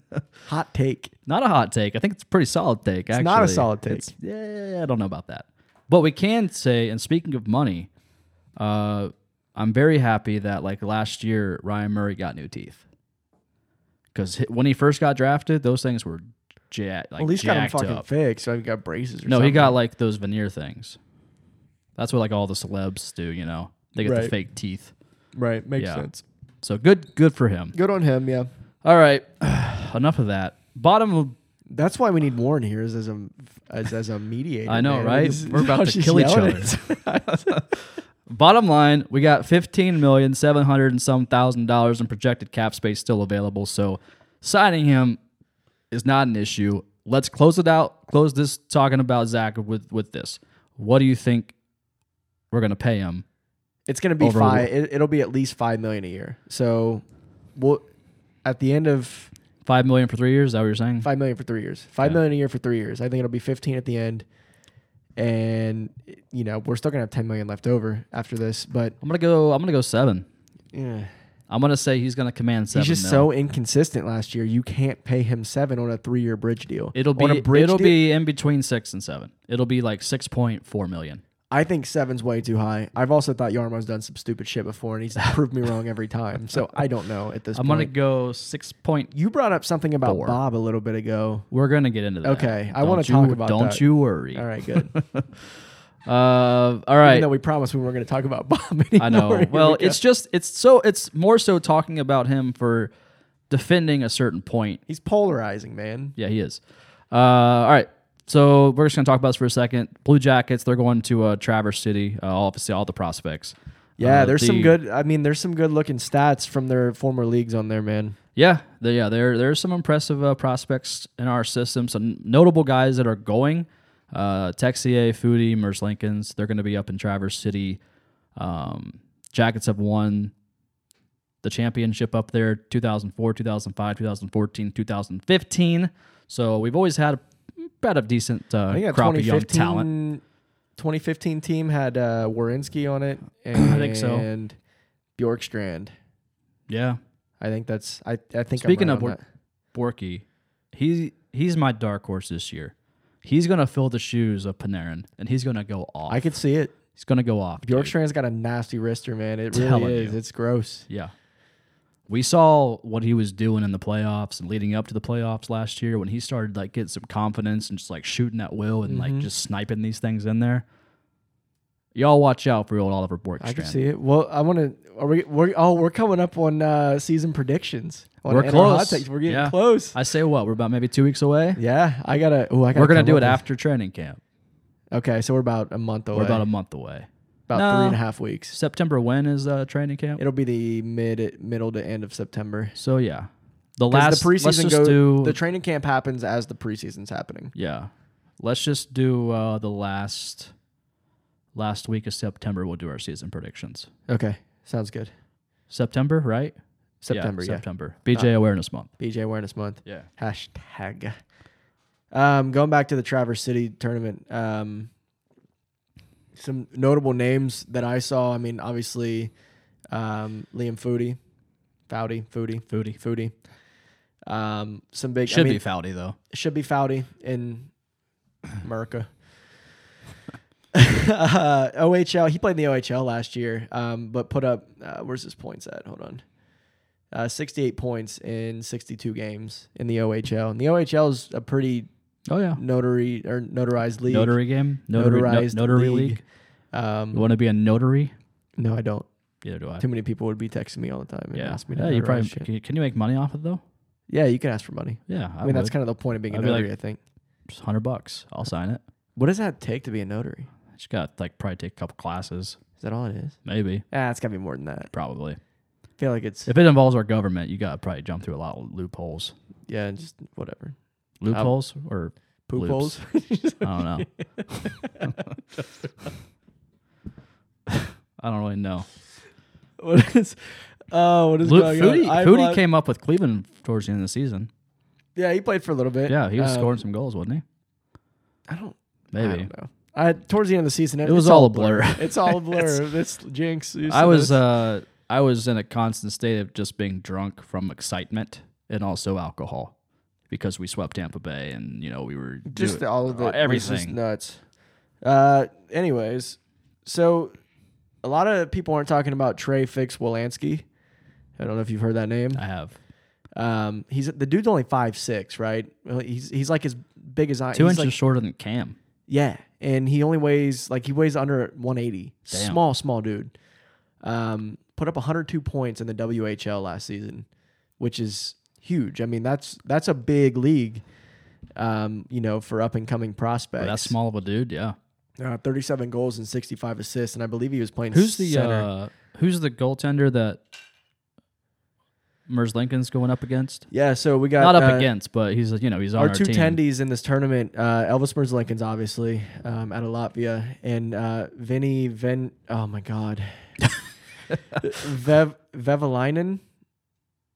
Speaker 2: Hot take.
Speaker 1: not a hot take. I think it's a pretty solid take. It's actually,
Speaker 2: not a solid take.
Speaker 1: It's- yeah, I don't know about that. But we can say, and speaking of money, uh, I'm very happy that like last year Ryan Murray got new teeth because when he first got drafted, those things were jacked. Like
Speaker 2: At least got him
Speaker 1: jacked
Speaker 2: fucking
Speaker 1: up.
Speaker 2: fixed. So he got braces or
Speaker 1: No,
Speaker 2: something.
Speaker 1: he got like those veneer things. That's what like all the celebs do, you know. They get the
Speaker 2: Right.
Speaker 1: fake teeth.
Speaker 2: Right, makes
Speaker 1: Yeah.
Speaker 2: sense.
Speaker 1: So good good for him.
Speaker 2: Good on him, yeah.
Speaker 1: All right. Enough of that. Bottom of
Speaker 2: That's why we need Warren here as, as a as, as a mediator.
Speaker 1: I know,
Speaker 2: man.
Speaker 1: right?
Speaker 2: This is
Speaker 1: We're about
Speaker 2: how
Speaker 1: to
Speaker 2: she's
Speaker 1: kill each
Speaker 2: yelling
Speaker 1: other.
Speaker 2: at us.
Speaker 1: Bottom line, we got fifteen million seven hundred and some thousand dollars in projected cap space still available. So signing him is not an issue. Let's close it out. Close this talking about Zach with with this. What do you think we're gonna pay him?
Speaker 2: It's going to be
Speaker 1: Over-
Speaker 2: five. It, it'll be at least five million a year. So, we'll at the end of
Speaker 1: Five million for three years? Is that what you're saying?
Speaker 2: five million for three years. Five
Speaker 1: Yeah.
Speaker 2: million a year for three years. I think it'll be fifteen at the end, and you know we're still going to have ten million left over after this. But
Speaker 1: I'm gonna go I'm gonna go seven.
Speaker 2: yeah.
Speaker 1: I'm gonna say he's gonna command seven.
Speaker 2: he's just
Speaker 1: mil.
Speaker 2: so inconsistent last year. You can't pay him seven on a three-year bridge deal.
Speaker 1: it'll be
Speaker 2: on a bridge
Speaker 1: it'll
Speaker 2: deal-
Speaker 1: be in between six and seven. It'll be like six point four million.
Speaker 2: I think seven's way too high. I've also thought Yarmo's done some stupid shit before, and he's proved me wrong every time. So I don't know at this
Speaker 1: I'm
Speaker 2: point.
Speaker 1: gonna go six point.
Speaker 2: you brought up something about
Speaker 1: Four.
Speaker 2: Bob a little bit ago.
Speaker 1: We're gonna get into that.
Speaker 2: Okay, I
Speaker 1: Don't
Speaker 2: wanna
Speaker 1: you-
Speaker 2: talk about
Speaker 1: Don't
Speaker 2: that.
Speaker 1: you worry.
Speaker 2: All right, good.
Speaker 1: Uh, all
Speaker 2: Even
Speaker 1: right.
Speaker 2: though we promised we weren't going to talk about Bob anymore.
Speaker 1: I know.
Speaker 2: Here
Speaker 1: well,
Speaker 2: we go.
Speaker 1: it's just it's so it's more so talking about him for defending a certain point.
Speaker 2: he's polarizing, man.
Speaker 1: Yeah, he is. Uh, all right. So we're just gonna talk about this for a second. Blue Jackets, they're going to uh, Traverse City. Uh, obviously, all the prospects.
Speaker 2: Yeah,
Speaker 1: Uh,
Speaker 2: there's some
Speaker 1: the-
Speaker 2: good. I mean, there's some good looking stats from their former leagues on there, man.
Speaker 1: Yeah, there, yeah, there there's some impressive uh, prospects in our system. Some notable guys that are going. Uh, Texier, Foodie, Merce Lincolns. They're going to be up in Traverse City. Um, Jackets have won the championship up there 2004, 2005, 2014, 2015. So we've always had about a decent uh,
Speaker 2: I think that
Speaker 1: crop of young
Speaker 2: 2015
Speaker 1: talent.
Speaker 2: 2015 team had uh, Warinsky on it, and
Speaker 1: think so.
Speaker 2: And Bjorkstrand.
Speaker 1: Yeah,
Speaker 2: I think that's. I, I think.
Speaker 1: Speaking of
Speaker 2: I'm right on
Speaker 1: Wor-
Speaker 2: that.
Speaker 1: Borky, he he's my dark horse this year. He's going to fill the shoes of Panarin, and he's going to go off.
Speaker 2: I could see it.
Speaker 1: He's gonna go off. dude.
Speaker 2: Bjorkstrand's got a nasty wrister, man. It
Speaker 1: Telling
Speaker 2: really is.
Speaker 1: you.
Speaker 2: It's gross.
Speaker 1: Yeah. We saw what he was doing in the playoffs and leading up to the playoffs last year when he started like getting some confidence and just like shooting at will and
Speaker 2: Mm-hmm.
Speaker 1: like just sniping these things in there. Y'all watch out for old Oliver
Speaker 2: I can
Speaker 1: Borkstrand.
Speaker 2: see it. Well, I want to. Are we? We're, oh, we're coming up on uh, season predictions. On
Speaker 1: We're
Speaker 2: NR Hot
Speaker 1: close.
Speaker 2: Takes. We're getting
Speaker 1: Yeah.
Speaker 2: close.
Speaker 1: I say what? We're about maybe two weeks away.
Speaker 2: yeah, I gotta. Oh, I gotta.
Speaker 1: We're gonna
Speaker 2: come
Speaker 1: do it
Speaker 2: up with-
Speaker 1: after training camp.
Speaker 2: Okay, so we're about a month away.
Speaker 1: We're about a month away.
Speaker 2: about
Speaker 1: No.
Speaker 2: three and a half weeks.
Speaker 1: September when is uh, training camp?
Speaker 2: It'll be the mid middle to end of September.
Speaker 1: so yeah, the
Speaker 2: 'Cause
Speaker 1: last
Speaker 2: the
Speaker 1: Let's
Speaker 2: preseason
Speaker 1: just
Speaker 2: go,
Speaker 1: do
Speaker 2: The training camp happens as the preseason's happening.
Speaker 1: yeah. Let's just do uh, the last last week of September. We'll do our season predictions.
Speaker 2: Okay, sounds good.
Speaker 1: September, right?
Speaker 2: September, yeah. Uh,
Speaker 1: September. BJ Awareness Month.
Speaker 2: BJ Awareness Month.
Speaker 1: Yeah.
Speaker 2: Hashtag. Um, going back to the Traverse City tournament, um, some notable names that I saw. I mean, obviously, um, Liam Foodie, Foudy, Foodie,
Speaker 1: Foodie.
Speaker 2: Foodie. Um, some big
Speaker 1: Should
Speaker 2: I mean,
Speaker 1: be Foudy though.
Speaker 2: should be Foudy in America. uh, OHL, he played in the OHL last year, um, but put up uh, where's his points at? Hold on, uh, sixty-eight points in sixty-two games in the OHL. And the OHL is a pretty
Speaker 1: Oh yeah.
Speaker 2: notary or notarized league.
Speaker 1: Notary game. Notary no-
Speaker 2: Notarized
Speaker 1: notary league.
Speaker 2: league.
Speaker 1: You
Speaker 2: Um,
Speaker 1: want to be a notary?
Speaker 2: no, I don't.
Speaker 1: Neither do I.
Speaker 2: Too many people would be texting me all the time and
Speaker 1: yeah.
Speaker 2: ask me to.
Speaker 1: yeah, you probably
Speaker 2: notarize shit.
Speaker 1: can, you- can you make money off it though?
Speaker 2: yeah, you can ask for money.
Speaker 1: Yeah,
Speaker 2: I, mean, that's kind of the point of being a
Speaker 1: I'd be like-
Speaker 2: notary. I think.
Speaker 1: of hundred bucks. I'll sign it.
Speaker 2: What does that take to be a notary?
Speaker 1: Just got to like probably take a couple classes,
Speaker 2: Is that all it is?
Speaker 1: maybe,
Speaker 2: Ah, it's gotta be more than that.
Speaker 1: probably.
Speaker 2: I feel like it's
Speaker 1: If it involves our government, you got to probably jump through a lot of loopholes.
Speaker 2: yeah, just whatever.
Speaker 1: Loopholes or
Speaker 2: Poop
Speaker 1: Loops.
Speaker 2: holes.
Speaker 1: I don't know. I don't really know.
Speaker 2: what is? Oh, what is
Speaker 1: Lu-
Speaker 2: going
Speaker 1: Foodie,
Speaker 2: on? I
Speaker 1: Foodie
Speaker 2: block-
Speaker 1: came up with Cleveland towards the end of the season.
Speaker 2: Yeah, he played for a little bit.
Speaker 1: Yeah, he was
Speaker 2: Um,
Speaker 1: scoring some goals, wasn't he?
Speaker 2: I don't. I
Speaker 1: Maybe.
Speaker 2: don't know. I, towards the end of the season,
Speaker 1: was
Speaker 2: it's
Speaker 1: all a blur.
Speaker 2: it's all a blur. It's jinx. You
Speaker 1: I
Speaker 2: said
Speaker 1: was
Speaker 2: this.
Speaker 1: uh I was in a constant state of just being drunk from excitement and also alcohol because we swept Tampa Bay and you know we were
Speaker 2: just
Speaker 1: doing-
Speaker 2: all of it.
Speaker 1: uh,
Speaker 2: was
Speaker 1: everything.
Speaker 2: just nuts. Uh, anyways, so a lot of people aren't talking about Trey Fix Wolanski. I don't know if you've heard that name.
Speaker 1: I have
Speaker 2: Um, he's the dude's only five six, right? Well, He's he's like as big as I.
Speaker 1: two
Speaker 2: he's
Speaker 1: inches
Speaker 2: like-
Speaker 1: shorter than Cam.
Speaker 2: Yeah, and he only weighs like he weighs under 180.
Speaker 1: Damn.
Speaker 2: Small, small dude. Um, put up 102 points in the WHL last season, which is huge. I mean, that's that's a big league. Um, you know, for up and coming prospects.
Speaker 1: But that small of a dude, yeah.
Speaker 2: Uh, 37 goals and 65 assists, and I believe he was playing.
Speaker 1: Who's the
Speaker 2: center.
Speaker 1: uh who's the goaltender that Mers Lincoln's going up against?
Speaker 2: yeah, so we got
Speaker 1: Not up
Speaker 2: uh,
Speaker 1: against, but he's you know he's on
Speaker 2: Our
Speaker 1: our,
Speaker 2: two
Speaker 1: team.
Speaker 2: tendies in this tournament, uh, Elvis Merz Lincoln's obviously um, out of Latvia, and uh, Vinny Ven. Oh my God, Vev Vevelinen,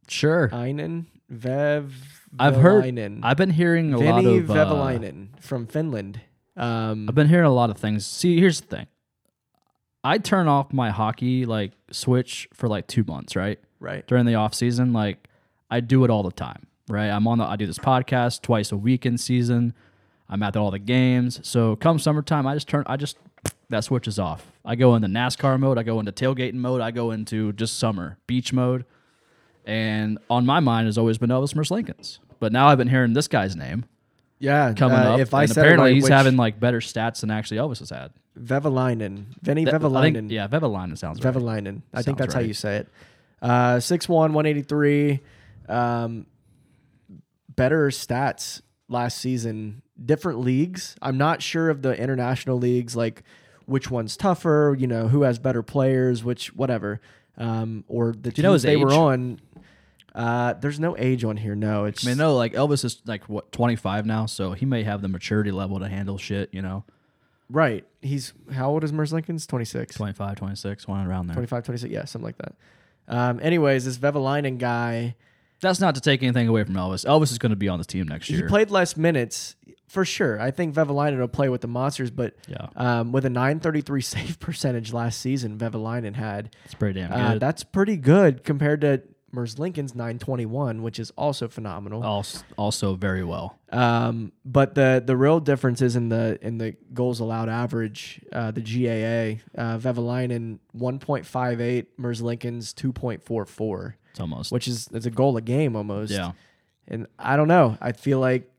Speaker 1: Sure,
Speaker 2: Um, Einen, Vev.
Speaker 1: I've heard-
Speaker 2: Velainen.
Speaker 1: I've been hearing a lot
Speaker 2: Vinny
Speaker 1: of uh,
Speaker 2: Vevelinen from Finland. Um,
Speaker 1: I've been hearing a lot of things. See, here's the thing. I turn off my hockey like switch for like two months, right?
Speaker 2: right.
Speaker 1: During the off season, like I do it all the time, right? I'm on the I do this podcast twice a week in season. I'm at all the games. So come summertime, I just turn I just that switch is off. I go into NASCAR mode, I go into tailgating mode, I go into just summer beach mode. And on my mind has always been Elvis Merce Lincoln's. But now I've been hearing this guy's name
Speaker 2: Yeah,
Speaker 1: coming
Speaker 2: uh,
Speaker 1: up.
Speaker 2: If I
Speaker 1: and
Speaker 2: said
Speaker 1: apparently he's having
Speaker 2: having
Speaker 1: like better stats than actually Elvis has had.
Speaker 2: Vevalainen, Vinny
Speaker 1: That- I think-
Speaker 2: Vevalainen,
Speaker 1: yeah, Vevalainen sounds right.
Speaker 2: Vevalainen. I think
Speaker 1: Sounds
Speaker 2: that's how
Speaker 1: right.
Speaker 2: you say it. Uh, 6'1", 183. Um, better stats last season. Different leagues. I'm not sure of the international leagues, like which one's tougher. You know, who has better players, which whatever. Um, or the
Speaker 1: you know his
Speaker 2: teams they were
Speaker 1: age?
Speaker 2: on. Uh, there's no age on here. No, it's
Speaker 1: I mean, no, like Elvis is like what 25 now, so he may have the maturity level to handle shit, you know.
Speaker 2: right. He's how old is Merce Lincoln's? 26.
Speaker 1: 25, 26, one around there.
Speaker 2: 25, 26, yeah, something like that. Um, anyways, this Vevalainen guy,
Speaker 1: That's not to take anything away from Elvis. Elvis is going to be on this team next
Speaker 2: he
Speaker 1: year.
Speaker 2: played less minutes for sure. I think Vevalainen will play with the Monsters, but
Speaker 1: yeah,
Speaker 2: um, with a 933 save percentage last season, Vevalainen had.
Speaker 1: it's pretty damn
Speaker 2: Uh,
Speaker 1: good.
Speaker 2: that's pretty good compared to Merz Lincoln's 921, which is also phenomenal.
Speaker 1: also, also very well.
Speaker 2: Um, but the the real difference is in the in the goals allowed average, uh, the GAA. Uh, Vevalainen 1.58, Merz Lincoln's 2.44.
Speaker 1: It's almost
Speaker 2: which is it's a goal a game almost.
Speaker 1: yeah.
Speaker 2: And I don't know. I feel like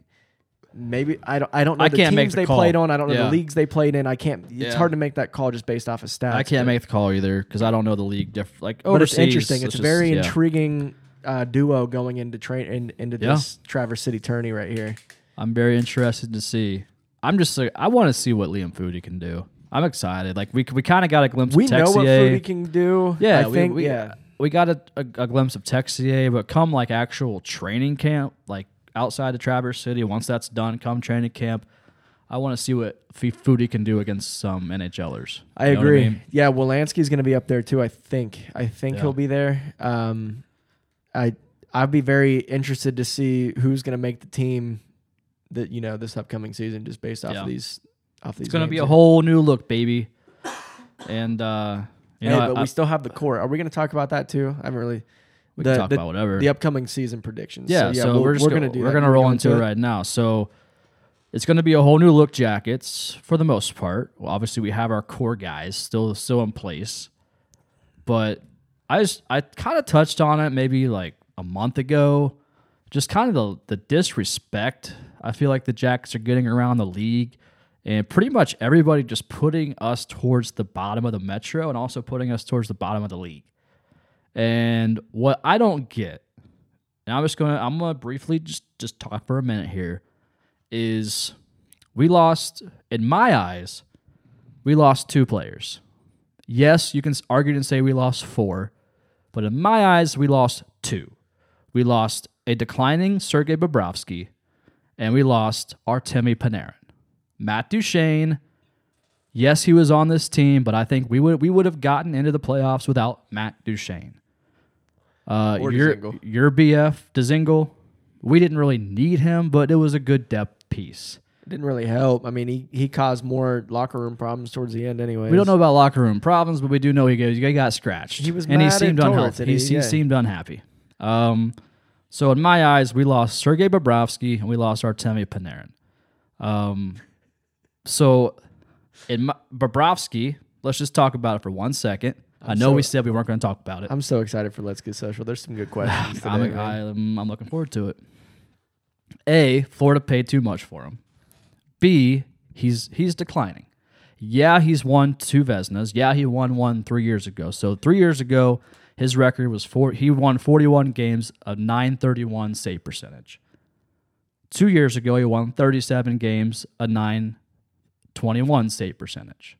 Speaker 2: maybe I don't. I don't know
Speaker 1: I
Speaker 2: the
Speaker 1: can't
Speaker 2: teams
Speaker 1: make the
Speaker 2: they
Speaker 1: call.
Speaker 2: played on. I don't know
Speaker 1: Yeah.
Speaker 2: the leagues they played in. I can't. It's
Speaker 1: Yeah.
Speaker 2: hard to make that call just based off of stats.
Speaker 1: I can't
Speaker 2: but,
Speaker 1: make the call either because I don't know the league. Diff- like
Speaker 2: But it's
Speaker 1: overseas,
Speaker 2: interesting. It's, a
Speaker 1: just-
Speaker 2: very
Speaker 1: yeah.
Speaker 2: intriguing uh, duo going into train in, into
Speaker 1: Yeah.
Speaker 2: this Traverse City tourney right here.
Speaker 1: I'm very interested to see. I'm just like I want to see what Liam Foodie can do. I'm excited. Like we we kind of got E a glimpse.
Speaker 2: We
Speaker 1: of
Speaker 2: know what
Speaker 1: Texier.
Speaker 2: Foodie can do.
Speaker 1: Yeah,
Speaker 2: I
Speaker 1: we,
Speaker 2: think
Speaker 1: we,
Speaker 2: yeah.
Speaker 1: we got a, a, a glimpse of Texier, but come like actual training camp, like outside of Traverse City, once that's done, come training camp. I want to see what F- Foodie can do against some NHLers.
Speaker 2: I
Speaker 1: You know what
Speaker 2: agree.
Speaker 1: mean?
Speaker 2: Yeah, Wolanski's going to be up there too. I think. I think
Speaker 1: Yeah.
Speaker 2: he'll be there. Um, I I'd be very interested to see who's going to make the team that you know this upcoming season, just based off
Speaker 1: Yeah.
Speaker 2: of these off these.
Speaker 1: It's going to be
Speaker 2: names
Speaker 1: a
Speaker 2: here.
Speaker 1: whole new look, baby. And, uh, you know,
Speaker 2: Hey,
Speaker 1: I-
Speaker 2: but
Speaker 1: I-
Speaker 2: we still have the core. Are we going to talk about that too? I haven't really.
Speaker 1: we
Speaker 2: the-
Speaker 1: can talk
Speaker 2: the-
Speaker 1: about whatever.
Speaker 2: The upcoming season predictions.
Speaker 1: Yeah, so,
Speaker 2: we'll-
Speaker 1: we're, just
Speaker 2: gonna
Speaker 1: gonna,
Speaker 2: do
Speaker 1: we're
Speaker 2: that.
Speaker 1: gonna
Speaker 2: We're
Speaker 1: roll
Speaker 2: going
Speaker 1: into
Speaker 2: to
Speaker 1: it right now. So it's gonna be a whole new look jackets for the most part. Well, obviously we have our core guys still still in place, but I just I kind of touched on it maybe like a month ago. Just kind of the the disrespect I feel like the jackets are getting around the league. And pretty much everybody just putting us towards the bottom of the metro and also putting us towards the bottom of the league. And what I don't get and I'm just gonna I'm gonna briefly just just talk for a minute here. Is we lost in my eyes, we lost two players. Yes, you can s- argue and say we lost four, but in my eyes, we lost two. We lost a declining Sergei Bobrovsky, and we lost Artemi Panarin. Matt Duchene. Yes, he was on this team, but I think we would we would have gotten into the playoffs without Matt Duchene. Uh,
Speaker 2: Or
Speaker 1: your
Speaker 2: Dzingel.
Speaker 1: your BF Dezingle, we didn't really need him, but it was a good depth piece.
Speaker 2: Didn't really help. I mean, he, he caused more locker room problems towards the end. Anyway,
Speaker 1: We don't know about locker room problems, but we do know he got, he got scratched.
Speaker 2: He was
Speaker 1: and he
Speaker 2: mad at
Speaker 1: seemed
Speaker 2: Torres,
Speaker 1: unhealthy.
Speaker 2: and
Speaker 1: He,
Speaker 2: he-
Speaker 1: he
Speaker 2: yeah.
Speaker 1: seemed unhappy. Um, so in my eyes, we lost Sergei Bobrovsky and we lost Artemi Panarin. Um, so in my, Bobrovsky, let's just talk about it for one second. I know
Speaker 2: so-
Speaker 1: we said we weren't going to talk about it.
Speaker 2: I'm so excited for Let's Get Social. There's some good questions. today,
Speaker 1: I'm,
Speaker 2: man.
Speaker 1: I'm, I'm looking forward to it. A, Florida paid too much for him. B, he's he's declining. Yeah, he's won two Vesnas. Yeah, he won one three years ago. So three years ago, his record was four. He won 41 games, a 931 save percentage. Two years ago, he won 37 games, a 921 save percentage.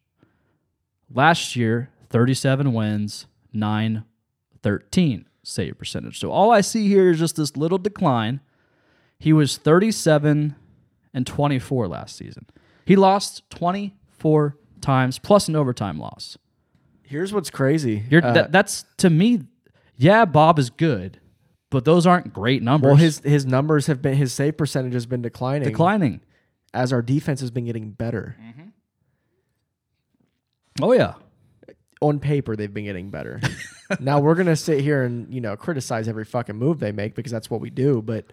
Speaker 1: Last year, 37 wins, 913 save percentage. So all I see here is just this little decline. He was 37 and 24 last season. He lost 24 times plus an overtime loss.
Speaker 2: Here's what's crazy.
Speaker 1: You're,
Speaker 2: Uh,
Speaker 1: that, that's to me, yeah, Bob is good, but those aren't great numbers.
Speaker 2: well, his his numbers have been his save percentage has been declining
Speaker 1: declining.
Speaker 2: as our defense has been getting better.
Speaker 1: Oh yeah,
Speaker 2: On paper, they've been getting better. now we're gonna sit here and you know criticize every fucking move they make because that's what we do. But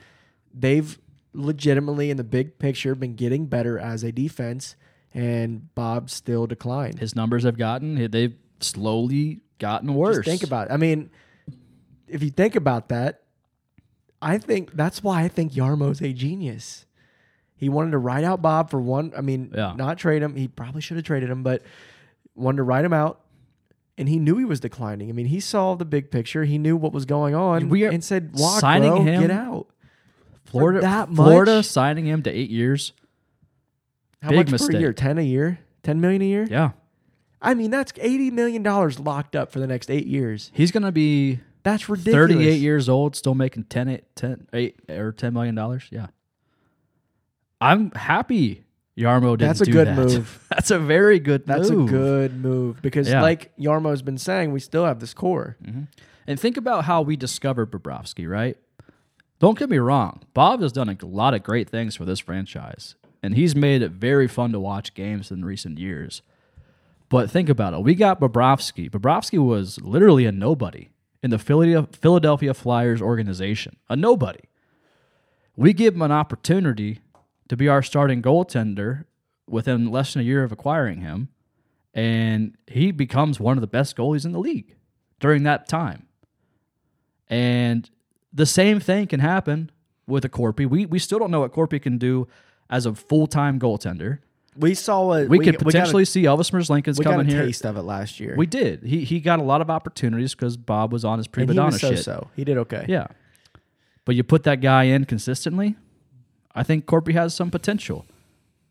Speaker 2: they've legitimately, in the big picture, been getting better as a defense. and Bob still declined.
Speaker 1: His numbers have gotten they've slowly gotten worse.
Speaker 2: Just think about it. I mean, if you think about that, I think that's why I think Yarmo's a genius. He wanted to ride out Bob for one. I mean,
Speaker 1: Yeah.
Speaker 2: not trade him. He probably should have traded him, but wanted to ride him out. And he knew he was declining. I mean, he saw the big picture. He knew what was going on.
Speaker 1: We are
Speaker 2: and said, "Walk,
Speaker 1: signing
Speaker 2: bro,
Speaker 1: him
Speaker 2: get out."
Speaker 1: Florida
Speaker 2: that
Speaker 1: Florida
Speaker 2: much?
Speaker 1: signing him to eight years.
Speaker 2: How
Speaker 1: Big
Speaker 2: much
Speaker 1: mistake.
Speaker 2: per year? Ten a year? Ten million a year?
Speaker 1: Yeah.
Speaker 2: I mean, that's eighty million dollars locked up for the next eight years.
Speaker 1: He's gonna be
Speaker 2: That's ridiculous.
Speaker 1: 38 years old, still making 10, eight- 10 eight, or 10 million dollars. Yeah. I'm happy Yarmo didn't
Speaker 2: That's a
Speaker 1: do
Speaker 2: good
Speaker 1: that.
Speaker 2: move.
Speaker 1: That's a very good
Speaker 2: That's
Speaker 1: move.
Speaker 2: a good move because,
Speaker 1: Yeah. Mm.
Speaker 2: like Yarmo's been saying, we still have this core.
Speaker 1: And think about how we discovered Bobrovsky, right? Don't get me wrong. Bob has done a lot of great things for this franchise, and he's made it very fun to watch games in recent years. But think about it. We got Bobrovsky. Bobrovsky was literally a nobody in the Philly- Philadelphia Flyers organization, a nobody. We give him an opportunity to be our starting goaltender within less than a year of acquiring him, and he becomes one of the best goalies in the league during that time. And the same thing can happen with a Corpy. We we still don't know what Corpy can do as a full time goaltender.
Speaker 2: We saw it.
Speaker 1: We, could potentially see Elvis Merzlikins
Speaker 2: we got a,
Speaker 1: coming here.
Speaker 2: taste of it last year.
Speaker 1: We did. He he got a lot of opportunities because Bob was on his pre
Speaker 2: and he
Speaker 1: Madonna
Speaker 2: was so
Speaker 1: shit.
Speaker 2: so. He did okay.
Speaker 1: Yeah. But you put that guy in consistently, I think Corpy has some potential.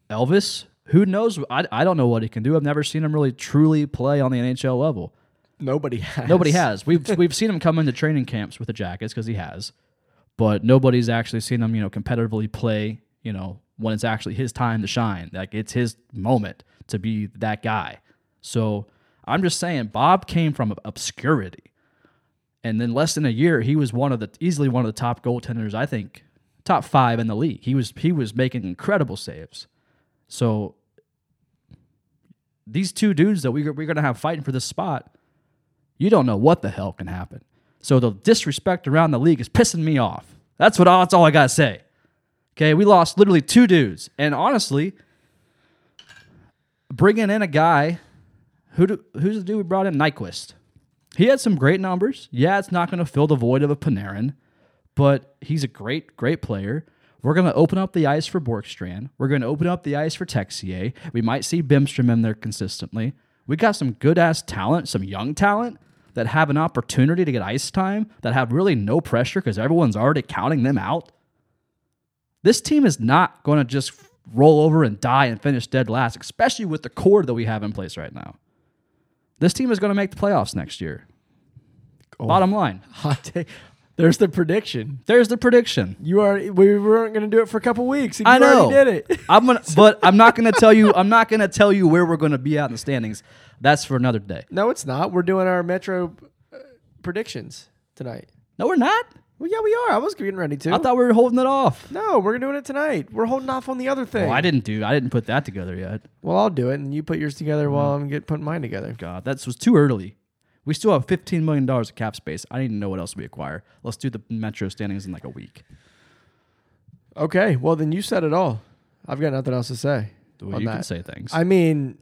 Speaker 1: Elvis, who knows? I, I don't know what he can do. I've never seen him really truly play on the NHL level.
Speaker 2: Nobody has.
Speaker 1: Nobody has. We've we've seen him come into training camps with the jackets because he has, but nobody's actually seen him, you know, competitively play. You know, when it's actually his time to shine, like it's his moment to be that guy. So I'm just saying, Bob came from obscurity, and then less than a year, he was one of the easily one of the top goaltenders. I think top five in the league. He was he was making incredible saves. So these two dudes that we, we're going to have fighting for this spot you don't know what the hell can happen. So the disrespect around the league is pissing me off. That's what all, that's all I gotta say. Okay, we lost literally two dudes, and honestly, bringing in a guy who do, who's the dude we brought in Nyquist. He had some great numbers. Yeah, it's not gonna fill the void of a Panarin, but he's a great great player. We're gonna open up the ice for Borkstrand. We're gonna open up the ice for Texier. We might see Bimstrom in there consistently. We got some good ass talent, some young talent that have an opportunity to get ice time, that have really no pressure because everyone's already counting them out. This team is not going to just roll over and die and finish dead last, especially with the core that we have in place right now. This team is going to make the playoffs next year.
Speaker 2: Oh.
Speaker 1: Bottom line,
Speaker 2: Hot take. There's the prediction.
Speaker 1: there's the prediction.
Speaker 2: You are. We weren't going to do it for a couple weeks. And
Speaker 1: I
Speaker 2: you
Speaker 1: know.
Speaker 2: Already did it.
Speaker 1: I'm gonna, but I'm not gonna tell you. I'm not gonna tell you where we're gonna be out in the standings. That's for another day.
Speaker 2: No, it's not. We're doing our Metro uh, predictions tonight.
Speaker 1: No, we're not.
Speaker 2: Well, yeah, we are. I was getting ready to.
Speaker 1: I thought we were holding it off.
Speaker 2: no, we're doing it tonight. We're holding off on the other thing.
Speaker 1: Well, I didn't do. I didn't put that together yet.
Speaker 2: Well, I'll do it, and you put yours together while
Speaker 1: Mm-hmm.
Speaker 2: I'm get putting mine together.
Speaker 1: God, that was too early. We still have fifteen million dollars of cap space. I need to know what else we acquire. Let's do the Metro standings in like a week.
Speaker 2: Okay. Well, then you said it all. I've got nothing else to say.
Speaker 1: Well,
Speaker 2: on
Speaker 1: you
Speaker 2: that.
Speaker 1: can say things.
Speaker 2: I mean,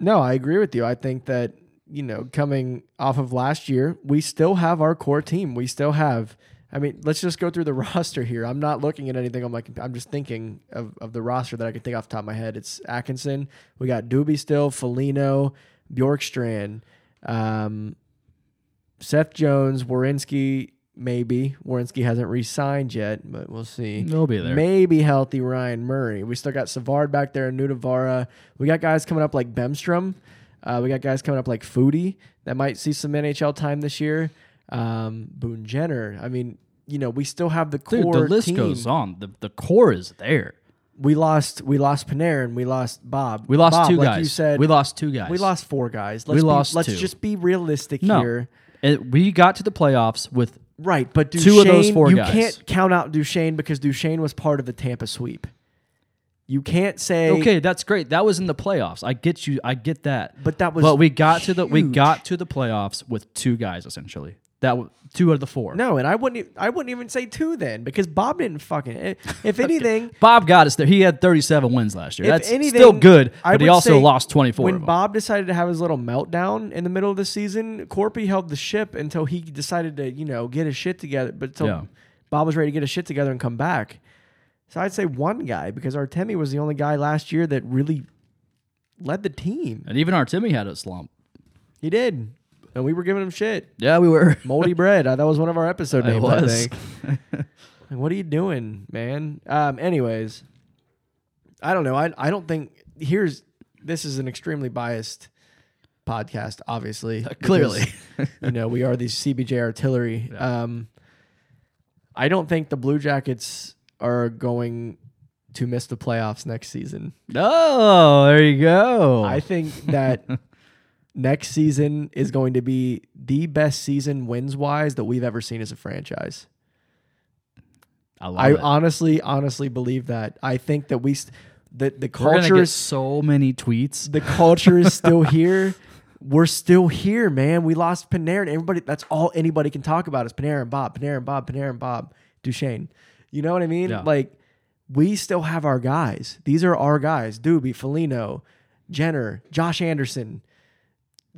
Speaker 2: no, I agree with you. I think that, you know, coming off of last year, we still have our core team. We still have, I mean, let's just go through the roster here. I'm not looking at anything. I'm like, I'm just thinking of, of the roster that I can think off the top of my head. It's Atkinson. We got Doobie still, Felino, Bjorkstrand, um, Seth Jones, Warinsky, maybe. Warinsky hasn't re signed yet, but we'll see.
Speaker 1: They'll be there.
Speaker 2: Maybe healthy Ryan Murray. We still got Savard back there and Nudavara. We got guys coming up like Bemstrom. Uh, we got guys coming up like Foodie that might see some NHL time this year. Um, Boone Jenner. I mean, you know, we still have the core
Speaker 1: Dude, the list
Speaker 2: team.
Speaker 1: goes on. The the core is there.
Speaker 2: We lost. We lost Panarin. We lost Bob.
Speaker 1: We lost
Speaker 2: Bob,
Speaker 1: two
Speaker 2: like
Speaker 1: guys.
Speaker 2: You said
Speaker 1: we lost two guys.
Speaker 2: We lost four guys. Let's
Speaker 1: We
Speaker 2: be-
Speaker 1: lost
Speaker 2: Let's
Speaker 1: two.
Speaker 2: just be realistic
Speaker 1: no.
Speaker 2: here.
Speaker 1: And we got to the playoffs with
Speaker 2: Right, but Duchesne,
Speaker 1: Two of those four
Speaker 2: you
Speaker 1: guys.
Speaker 2: can't count out Duchesne because Duchesne was part of the Tampa sweep. You can't say
Speaker 1: okay. That's great. That was in the playoffs. I get you. I get that.
Speaker 2: But that was
Speaker 1: But we got to the we
Speaker 2: huge.
Speaker 1: got to the playoffs with two guys essentially. That w- two out of the four.
Speaker 2: No, and I wouldn't. e- I wouldn't even say two then because Bob didn't fucking. i- If anything,
Speaker 1: Bob got us there. He had 37 wins last year.
Speaker 2: If
Speaker 1: That's
Speaker 2: anything,
Speaker 1: still good,
Speaker 2: I
Speaker 1: but he
Speaker 2: would
Speaker 1: also
Speaker 2: say
Speaker 1: lost 24.
Speaker 2: when
Speaker 1: of 'em.
Speaker 2: Bob decided to have his little meltdown in the middle of the season, Corpy held the ship until he decided to you know get his shit together. But until
Speaker 1: Yeah.
Speaker 2: Bob was ready to get his shit together and come back, so I'd say one guy because Artemi was the only guy last year that really led the team.
Speaker 1: and even Artemi had a slump.
Speaker 2: He did, and we were giving him shit.
Speaker 1: Yeah, we were.
Speaker 2: Moldy bread. Uh, that was one of our episode
Speaker 1: It
Speaker 2: names. I
Speaker 1: was.
Speaker 2: think. Like, what are you doing, man? Um, anyways, I don't know. I I don't think here's this is an extremely biased podcast, obviously.
Speaker 1: Clearly.
Speaker 2: because, you know, we are the CBJ artillery. Um, I don't think the Blue Jackets are going to miss the playoffs next season.
Speaker 1: Oh, there you go.
Speaker 2: I think that next season is going to be the best season wins wise that we've ever seen as a franchise.
Speaker 1: I love
Speaker 2: I uh,
Speaker 1: it.
Speaker 2: honestly, honestly believe that. I think that we, st- that the
Speaker 1: We're gonna
Speaker 2: culture
Speaker 1: get
Speaker 2: is
Speaker 1: so many tweets.
Speaker 2: the culture is still here. We're still here, man. We lost Panarin. Everybody, that's all anybody can talk about is Panarin Bob, Panarin Bob, Panarin Bob, Duchesne. You know what I mean?
Speaker 1: Yeah.
Speaker 2: Like, we still have our guys. These are our guys: Doobie, Felino, Jenner, Josh Anderson,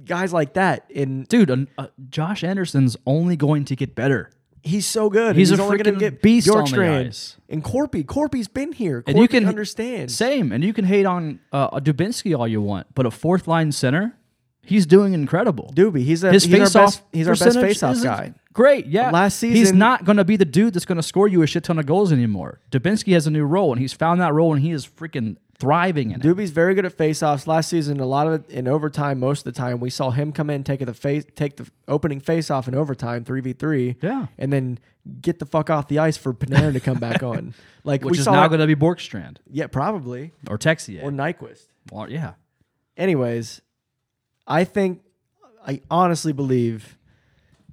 Speaker 2: guys like that. And
Speaker 1: Dude, an- uh, Josh Anderson's only going to get better.
Speaker 2: he's so good.
Speaker 1: He's
Speaker 2: and
Speaker 1: a
Speaker 2: only gonna
Speaker 1: freaking beast on the
Speaker 2: Bjorkstrand
Speaker 1: ice.
Speaker 2: and Corpy. Corpy's been here. Corpy
Speaker 1: And you can-
Speaker 2: understand.
Speaker 1: Same. And you can hate on uh, Dubinsky all you want, but a fourth line center, he's doing incredible.
Speaker 2: Doobie, he's a,
Speaker 1: His
Speaker 2: he's our
Speaker 1: face off.
Speaker 2: best. He's our best face off guy.
Speaker 1: Great, yeah.
Speaker 2: Last
Speaker 1: he's
Speaker 2: season-
Speaker 1: not going to be the dude that's going to score you a shit ton of goals anymore. Dubinsky has a new role, and he's found that role, and he is freaking thriving in it.
Speaker 2: Doobie's very good at faceoffs. Last season, a lot of it in overtime. Most of the time, we saw him come in, take the face, take the opening faceoff in overtime, three v three.
Speaker 1: Yeah.
Speaker 2: and then get the fuck off the ice for Panarin to come back on. Like
Speaker 1: Which
Speaker 2: we
Speaker 1: is
Speaker 2: saw,
Speaker 1: now
Speaker 2: that-
Speaker 1: going to be Borkstrand
Speaker 2: yeah, probably
Speaker 1: or Texier.
Speaker 2: or Nyquist.
Speaker 1: Well, yeah,
Speaker 2: Anyways, I think I honestly believe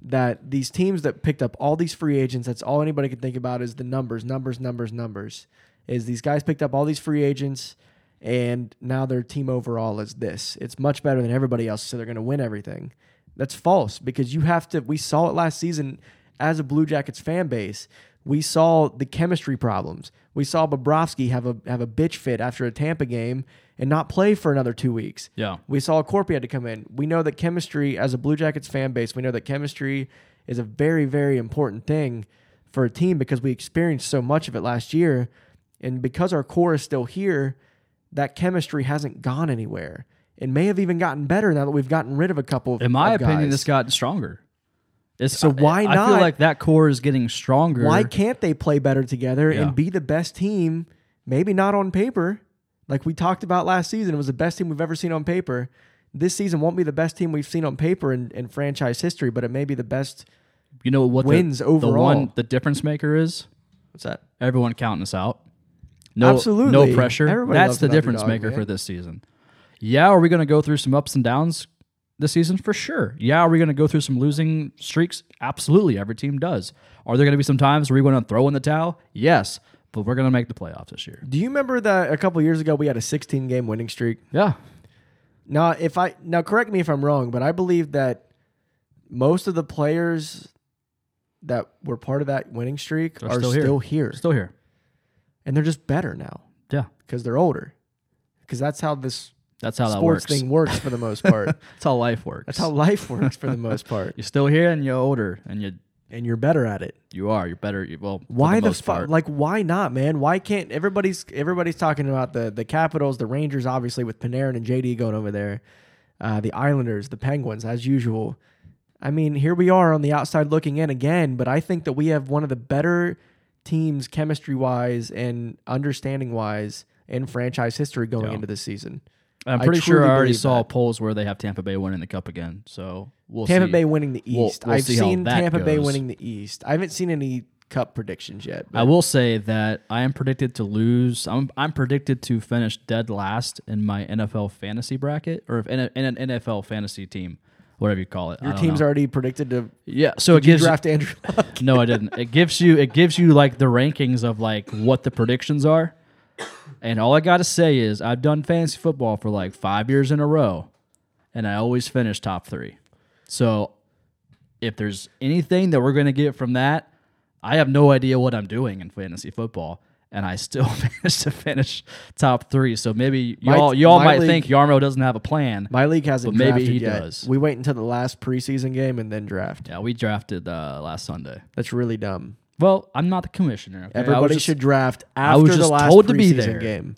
Speaker 2: that these teams that picked up all these free agents, that's all anybody can think about is the numbers, numbers, numbers, numbers. Is these guys picked up all these free agents and now their team overall is this. It's much better than everybody else, so they're going to win everything. That's false because you have to we saw it last season as a Blue Jackets fan base. We saw the chemistry problems. We saw Bobrovsky have a have a bitch fit after a Tampa game and not play for another 2 weeks.
Speaker 1: yeah.
Speaker 2: We saw Corpy had to come in. We know that chemistry, as a Blue Jackets fan base, we know that chemistry is a very, very important thing for a team because we experienced so much of it last year. And because our core is still here, that chemistry hasn't gone anywhere. It may have even gotten better now that we've gotten rid of a couple of
Speaker 1: In my
Speaker 2: of
Speaker 1: opinion,
Speaker 2: guys.
Speaker 1: it's gotten stronger. It's,
Speaker 2: So
Speaker 1: I-
Speaker 2: why
Speaker 1: I feel
Speaker 2: not-
Speaker 1: like that core is getting stronger.
Speaker 2: Why can't they play better together
Speaker 1: Yeah.
Speaker 2: and be the best team? Maybe not on paper. Like we talked about last season, it was the best team we've ever seen on paper. This season won't be the best team we've seen on paper in, in franchise history, but it may be the best.
Speaker 1: you know what
Speaker 2: wins
Speaker 1: the, The,
Speaker 2: overall.
Speaker 1: one, the difference maker is
Speaker 2: What's that?
Speaker 1: everyone counting us out. No,
Speaker 2: Absolutely.
Speaker 1: no pressure.
Speaker 2: Everybody
Speaker 1: That's
Speaker 2: loves
Speaker 1: the
Speaker 2: an
Speaker 1: difference
Speaker 2: underdog,
Speaker 1: maker
Speaker 2: man.
Speaker 1: for this season. Yeah, are we going to go through some ups and downs this season for sure? Yeah, are we going to go through some losing streaks? Absolutely, every team does. Are there going to be some times where we're going to throw in the towel? Yes, but we're going to make the playoffs this year.
Speaker 2: Do you remember that a couple years ago we had a 16 game winning streak?
Speaker 1: Yeah,
Speaker 2: Now, if I now correct me if I'm wrong, but I believe that most of the players that were part of that winning streak
Speaker 1: Are
Speaker 2: are,
Speaker 1: still here.
Speaker 2: still here,
Speaker 1: still here.
Speaker 2: and they're just better now
Speaker 1: Yeah,
Speaker 2: because they're older. Because that's how this
Speaker 1: that's how that
Speaker 2: sports
Speaker 1: works.
Speaker 2: thing works for the most part.
Speaker 1: That's how life works.
Speaker 2: That's how life works for the most part,
Speaker 1: you're still here and you're older and you
Speaker 2: and you're better at it.
Speaker 1: you are you're better. You, well, for
Speaker 2: Why the,
Speaker 1: most
Speaker 2: fuck?
Speaker 1: part.
Speaker 2: Like, why not, man? Why can't everybody's everybody's talking about the the Capitals, the Rangers, obviously with Panarin and JD going over there, uh, the Islanders, the Penguins, as usual. I mean, here we are on the outside looking in again, but I think that we have one of the better teams, chemistry wise and understanding wise, in franchise history going
Speaker 1: Yeah.
Speaker 2: into this season.
Speaker 1: I'm
Speaker 2: I
Speaker 1: pretty sure
Speaker 2: truly
Speaker 1: I already
Speaker 2: believe
Speaker 1: saw
Speaker 2: that.
Speaker 1: polls where they have Tampa Bay winning the cup again. So we'll
Speaker 2: Tampa
Speaker 1: see.
Speaker 2: Bay winning the
Speaker 1: we'll-
Speaker 2: East.
Speaker 1: we'll
Speaker 2: I've
Speaker 1: see how
Speaker 2: seen
Speaker 1: that
Speaker 2: Tampa Bay
Speaker 1: goes.
Speaker 2: winning the East. I haven't seen any cup predictions yet.
Speaker 1: I
Speaker 2: But
Speaker 1: will say that I am predicted to lose. I'm I'm predicted to finish dead last in my NFL fantasy bracket or if in, a, in an NFL fantasy team, whatever you call it.
Speaker 2: your team's already predicted to
Speaker 1: yeah. So it gives
Speaker 2: draft Andrew. Luck.
Speaker 1: no, I didn't. It gives you it gives you like the rankings of like what the predictions are, and all I gotta say is I've done fantasy football for like five years in a row, and I always finish top three. So if there's anything that we're going to get from that, I have no idea what I'm doing in fantasy football, and I still managed to finish top three. So maybe
Speaker 2: My-
Speaker 1: y'all y'all
Speaker 2: my
Speaker 1: might
Speaker 2: league-
Speaker 1: think Yarmo doesn't have a plan.
Speaker 2: My league hasn't
Speaker 1: But maybe
Speaker 2: drafted
Speaker 1: he
Speaker 2: yet.
Speaker 1: does.
Speaker 2: We wait until the last preseason game and then draft.
Speaker 1: yeah, we drafted uh, last Sunday.
Speaker 2: That's really dumb.
Speaker 1: Well, I'm not the commissioner. okay? I was
Speaker 2: Everybody
Speaker 1: just-
Speaker 2: should draft
Speaker 1: was
Speaker 2: after the
Speaker 1: just
Speaker 2: last
Speaker 1: told
Speaker 2: preseason
Speaker 1: to be there.
Speaker 2: game.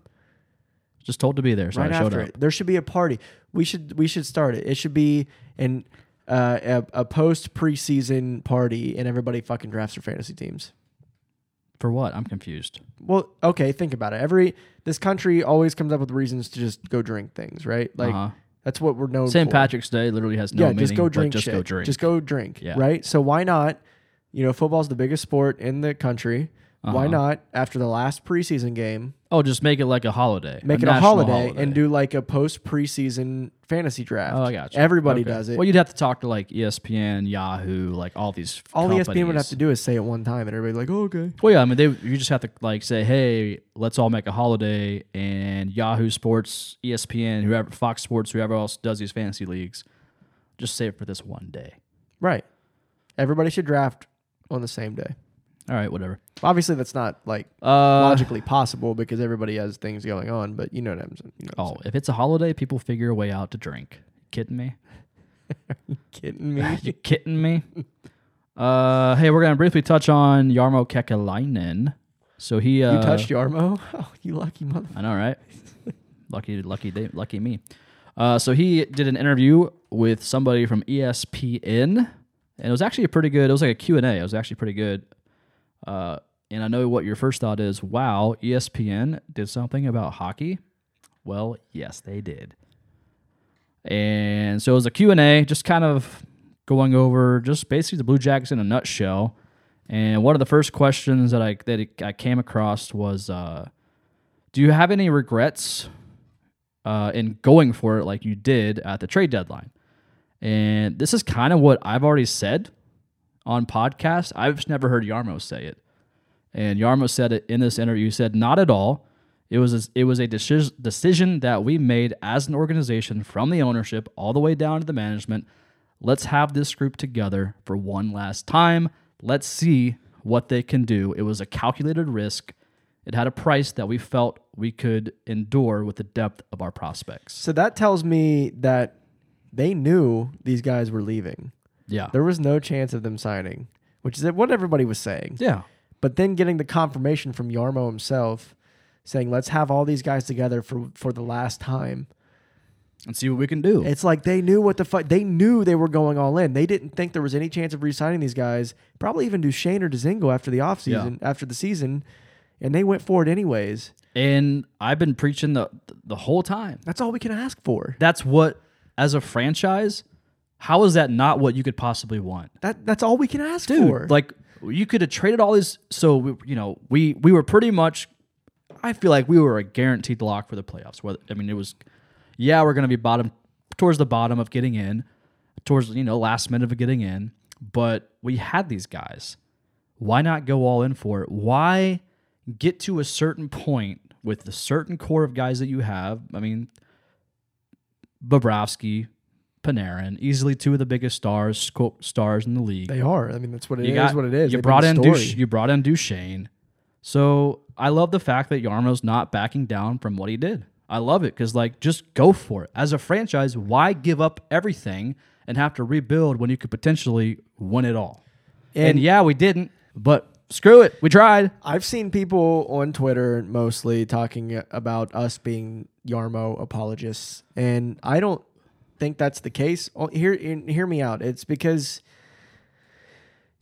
Speaker 1: just told to be there, so
Speaker 2: Right
Speaker 1: I showed
Speaker 2: after
Speaker 1: up.
Speaker 2: it. There should be a party. We should we should start it. It should be an uh, a, a post preseason party and everybody fucking drafts their fantasy teams.
Speaker 1: For what? I'm confused.
Speaker 2: Well, okay, think about it. Every this country always comes up with reasons to just go drink things, right? Like
Speaker 1: Uh-huh.
Speaker 2: that's what we're known
Speaker 1: St.
Speaker 2: for.
Speaker 1: Patrick's Day literally has no
Speaker 2: yeah,
Speaker 1: meaning.
Speaker 2: just go
Speaker 1: but
Speaker 2: drink.
Speaker 1: Just
Speaker 2: shit.
Speaker 1: go drink.
Speaker 2: Just go drink.
Speaker 1: Yeah.
Speaker 2: Right. So why not? You know, football's the biggest sport in the country. Why
Speaker 1: Uh-huh.
Speaker 2: not after the last preseason game
Speaker 1: oh, just make it like a holiday.
Speaker 2: make it a
Speaker 1: national
Speaker 2: holiday, and do like a post preseason fantasy draft?
Speaker 1: Oh, I got you.
Speaker 2: Everybody
Speaker 1: Okay.
Speaker 2: does it.
Speaker 1: Well, you'd have to talk to like E ESPN, Yahoo, like all these.
Speaker 2: All E
Speaker 1: companies.
Speaker 2: ESPN would have to do is say it one time, and everybody's like, "Oh, okay."
Speaker 1: Well, yeah, I mean, they you just have to like say, hey, let's all make a holiday, and Yahoo Sports, E ESPN, whoever, Fox Sports, whoever else does these fantasy leagues, just save it for this one day.
Speaker 2: Right. Everybody should draft on the same day.
Speaker 1: All right, whatever.
Speaker 2: Obviously, that's not like
Speaker 1: Uh,
Speaker 2: logically possible because everybody has things going on. But you know what I'm saying. You know what I'm
Speaker 1: oh, if it's a holiday, people figure a way out to drink. Kidding me?
Speaker 2: saying. kidding me?
Speaker 1: You kidding me? Uh, hey, we're gonna briefly touch on Yarmo Kekalainen. So he uh,
Speaker 2: you touched Yarmo? Oh, you lucky mother.
Speaker 1: I know, right? lucky, lucky, day, lucky me. Uh, so he did an interview with somebody from E ESPN, and it was actually a pretty good. It was like a Q and A. It was actually pretty good. Uh, and I know what your first thought is. Wow, E ESPN did something about hockey. Well, yes, they did. And so it was a Q&A, just kind of going over just basically the Blue Jackets in a nutshell. And one of the first questions that I that I came across was, uh, do you have any regrets uh, in going for it like you did at the trade deadline? And this is kind of what I've already said on podcast. I've just never heard Yarmo say it. And Yarmo said it in this interview. He said, "Not at all. It was a, it was a deci- decision that we made as an organization, from the ownership all the way down to the management. Let's have this group together for one last time. Let's see what they can do. It was a calculated risk. It had a price that we felt we could endure with the depth of our prospects.
Speaker 2: So that tells me that they knew these guys were leaving.
Speaker 1: Yeah,
Speaker 2: There was no chance of them signing, which is what everybody was saying.
Speaker 1: yeah."
Speaker 2: But then getting the confirmation from Yarmo himself saying, let's have all these guys together for, for the last time.
Speaker 1: And see what we can do.
Speaker 2: It's like they knew what the fuck. They knew they were going all in. They didn't think there was any chance of re signing these guys, probably even Duchesne or Dezingo after the offseason, after the season. And they went for it anyways.
Speaker 1: And I've been preaching the the whole time.
Speaker 2: That's all we can ask for.
Speaker 1: That's what, as a franchise, how is that not what you could possibly want,
Speaker 2: That that's all we can ask for.
Speaker 1: Like you could have traded all these. So we, you know, we we were pretty much. I feel like we were a guaranteed lock for the playoffs. Whether I mean, it was, yeah, we're going to be bottom towards the bottom of getting in, towards you know last minute of getting in. But we had these guys. Why not go all in for it? Why get to a certain point with the certain core of guys that you have? I mean, Bobrovsky, Panarin, easily two of the biggest stars sco- stars in the league.
Speaker 2: They are. I mean, that's what it is.
Speaker 1: You got
Speaker 2: What it is.
Speaker 1: You
Speaker 2: They've
Speaker 1: brought
Speaker 2: been
Speaker 1: in
Speaker 2: story.
Speaker 1: Duch- you brought in Duchesne. So I love the fact that Yarmo's not backing down from what he did. I love it because like just go for it. As a franchise, why give up everything and have to rebuild when you could potentially win it all? And,
Speaker 2: And-
Speaker 1: yeah, we didn't, but screw it, we tried.
Speaker 2: I've seen people on Twitter mostly talking about us being Yarmo apologists, and I don't think that's the case. Oh, Hear and hear me out. It's because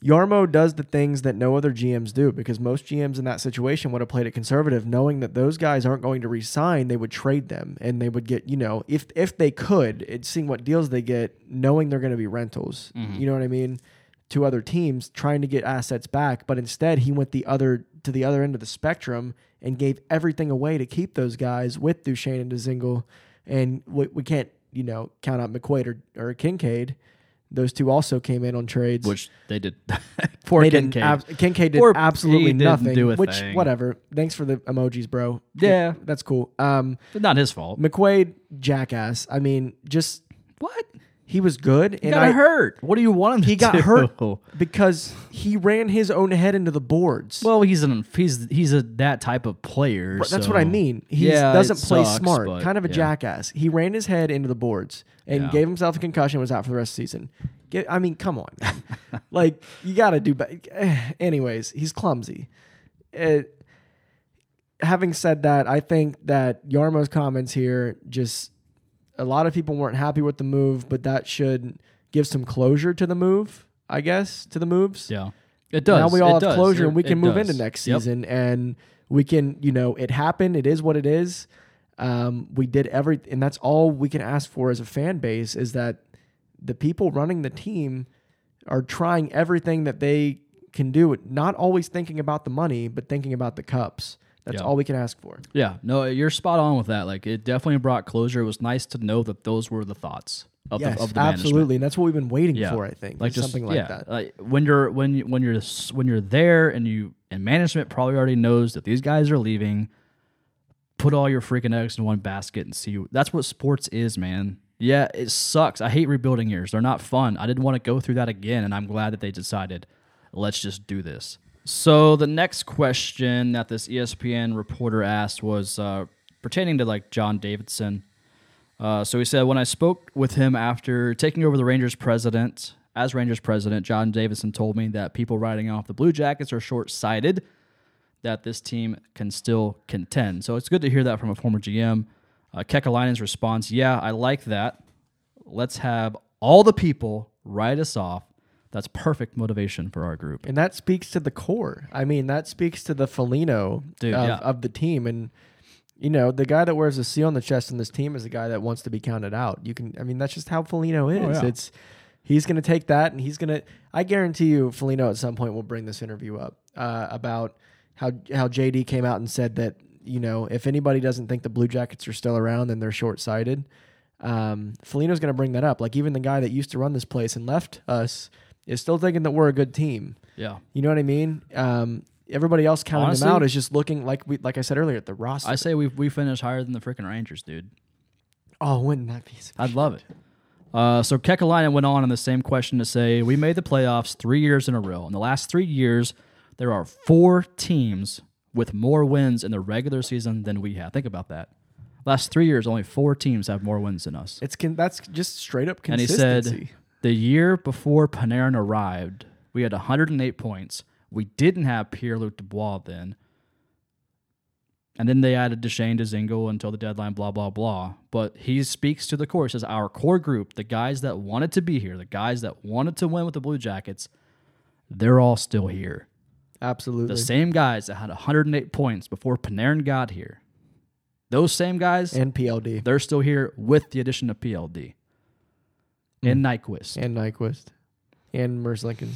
Speaker 2: Yarmo does the things that no other GMs do. Because most GMs in that situation would have played it conservative, knowing that those guys aren't going to resign. They would trade them, and they would get you know if if they could, it, seeing what deals they get, knowing they're going to be rentals. You know what I mean? To other teams, trying to get assets back, but instead he went the other to the other end of the spectrum and gave everything away to keep those guys with Duchesne and Dezingle, and we, we can't you know count out McQuaid or, or Kincaid. Those two also came in on trades
Speaker 1: Which they did. Poor
Speaker 2: they
Speaker 1: Kincaid.
Speaker 2: didn't. Ab- Kincaid did
Speaker 1: Poor
Speaker 2: absolutely
Speaker 1: he didn't
Speaker 2: nothing.
Speaker 1: do a
Speaker 2: which,
Speaker 1: thing.
Speaker 2: whatever. Thanks for the emojis, bro.
Speaker 1: Yeah.
Speaker 2: that's cool. Um,
Speaker 1: But not his fault.
Speaker 2: McQuaid, jackass. I mean, just
Speaker 1: What?
Speaker 2: he was good,
Speaker 1: He
Speaker 2: and
Speaker 1: got
Speaker 2: I
Speaker 1: hurt. What do you want him to
Speaker 2: he got
Speaker 1: do?
Speaker 2: hurt because he ran his own head into the boards.
Speaker 1: Well, he's an he's he's a that type of player.
Speaker 2: But that's
Speaker 1: so-
Speaker 2: what I mean. He
Speaker 1: Yeah,
Speaker 2: doesn't
Speaker 1: it
Speaker 2: play
Speaker 1: sucks,
Speaker 2: smart.
Speaker 1: but
Speaker 2: Kind of a
Speaker 1: yeah.
Speaker 2: jackass. He ran his head into the boards and
Speaker 1: Yeah.
Speaker 2: gave himself a concussion. Was out for the rest of the season. Get, I mean, come on, man. like you got to do better. Anyways, he's clumsy. It, having said that, I think that Yarmo's comments here just a lot of people weren't happy with the move, but that should give some closure to the move. I guess to the moves.
Speaker 1: Yeah, it does.
Speaker 2: Now we all
Speaker 1: It
Speaker 2: have
Speaker 1: does.
Speaker 2: closure and
Speaker 1: It-
Speaker 2: we can
Speaker 1: it
Speaker 2: move
Speaker 1: does.
Speaker 2: into next
Speaker 1: Yep.
Speaker 2: season and we can, you know, it happened. It is what it is. Um, we did every, and that's all we can ask for as a fan base is that the people running the team are trying everything that they can do, not always thinking about the money, but thinking about the cups. That's
Speaker 1: Yeah.
Speaker 2: all we can ask for.
Speaker 1: Yeah, no, you're spot on with that. Like it definitely brought closure. It was nice to know that those were the thoughts of
Speaker 2: yes,
Speaker 1: the of the management.
Speaker 2: absolutely. And that's what we've been waiting
Speaker 1: Yeah.
Speaker 2: for, I think.
Speaker 1: Like
Speaker 2: is
Speaker 1: just
Speaker 2: something like
Speaker 1: yeah,
Speaker 2: that.
Speaker 1: Like when you're when you, when you're s- when you're there and you and management probably already knows that these guys are leaving. Put all your freaking eggs in one basket and see. That's what sports is, man. Yeah, it sucks. I hate rebuilding years. They're not fun. I didn't want to go through that again, and I'm glad that they decided, let's just do this. So the next question that this E ESPN reporter asked was uh, pertaining to like John Davidson. Uh, so he said, when I spoke with him after taking over the Rangers president, as Rangers president, John Davidson told me that people writing off the Blue Jackets are short sighted, that this team can still contend. So it's good to hear that from a former GM. Uh, Kekalainen's response, yeah, I like that. Let's have all the people write us off. That's perfect motivation for our group.
Speaker 2: And that speaks to the core. I mean, that speaks to the Felino
Speaker 1: Dude,
Speaker 2: of,
Speaker 1: yeah.
Speaker 2: of the team. And you know, the guy that wears a C on the chest in this team is the guy that wants to be counted out. You can, I mean, that's just how Felino is.
Speaker 1: Oh, yeah.
Speaker 2: It's he's going to take that, and he's going to. I guarantee you, Felino at some point will bring this interview up uh, about how how JD came out and said that you know if anybody doesn't think the Blue Jackets are still around, then they're short sighted. Um, Felino's going to bring that up. Like even the guy that used to run this place and left us is still thinking that we're a good team.
Speaker 1: Yeah.
Speaker 2: You know what I mean? Um, everybody else counting
Speaker 1: Honestly-
Speaker 2: them out is just looking like we, like I said earlier, at the roster.
Speaker 1: I say we, we finish higher than the freaking Rangers, dude.
Speaker 2: oh, wouldn't that be?
Speaker 1: I'd love it. Uh, so Kekalainen went on in the same question to say, "We made the playoffs three years in a row. In the last three years, there are four teams with more wins in the regular season than we have. Think about that. Last three years, only four teams have more wins than us."
Speaker 2: It's con- that's just straight up
Speaker 1: And he
Speaker 2: consistency.
Speaker 1: said, "The year before Panarin arrived, we had 108 points. We didn't have Pierre-Luc Dubois then." And then they added Deshane to Zingle until the deadline, blah, blah, blah. But he speaks to the core. He says, Our core group, the guys that wanted to be here, the guys that wanted to win with the Blue Jackets, they're all still here.
Speaker 2: absolutely.
Speaker 1: The same guys that had 108 points before Panarin got here, those same guys,
Speaker 2: and PLD
Speaker 1: they're still here with the addition of PLD
Speaker 2: Hmm.
Speaker 1: and Nyquist.
Speaker 2: and Nyquist and Merce Lincoln.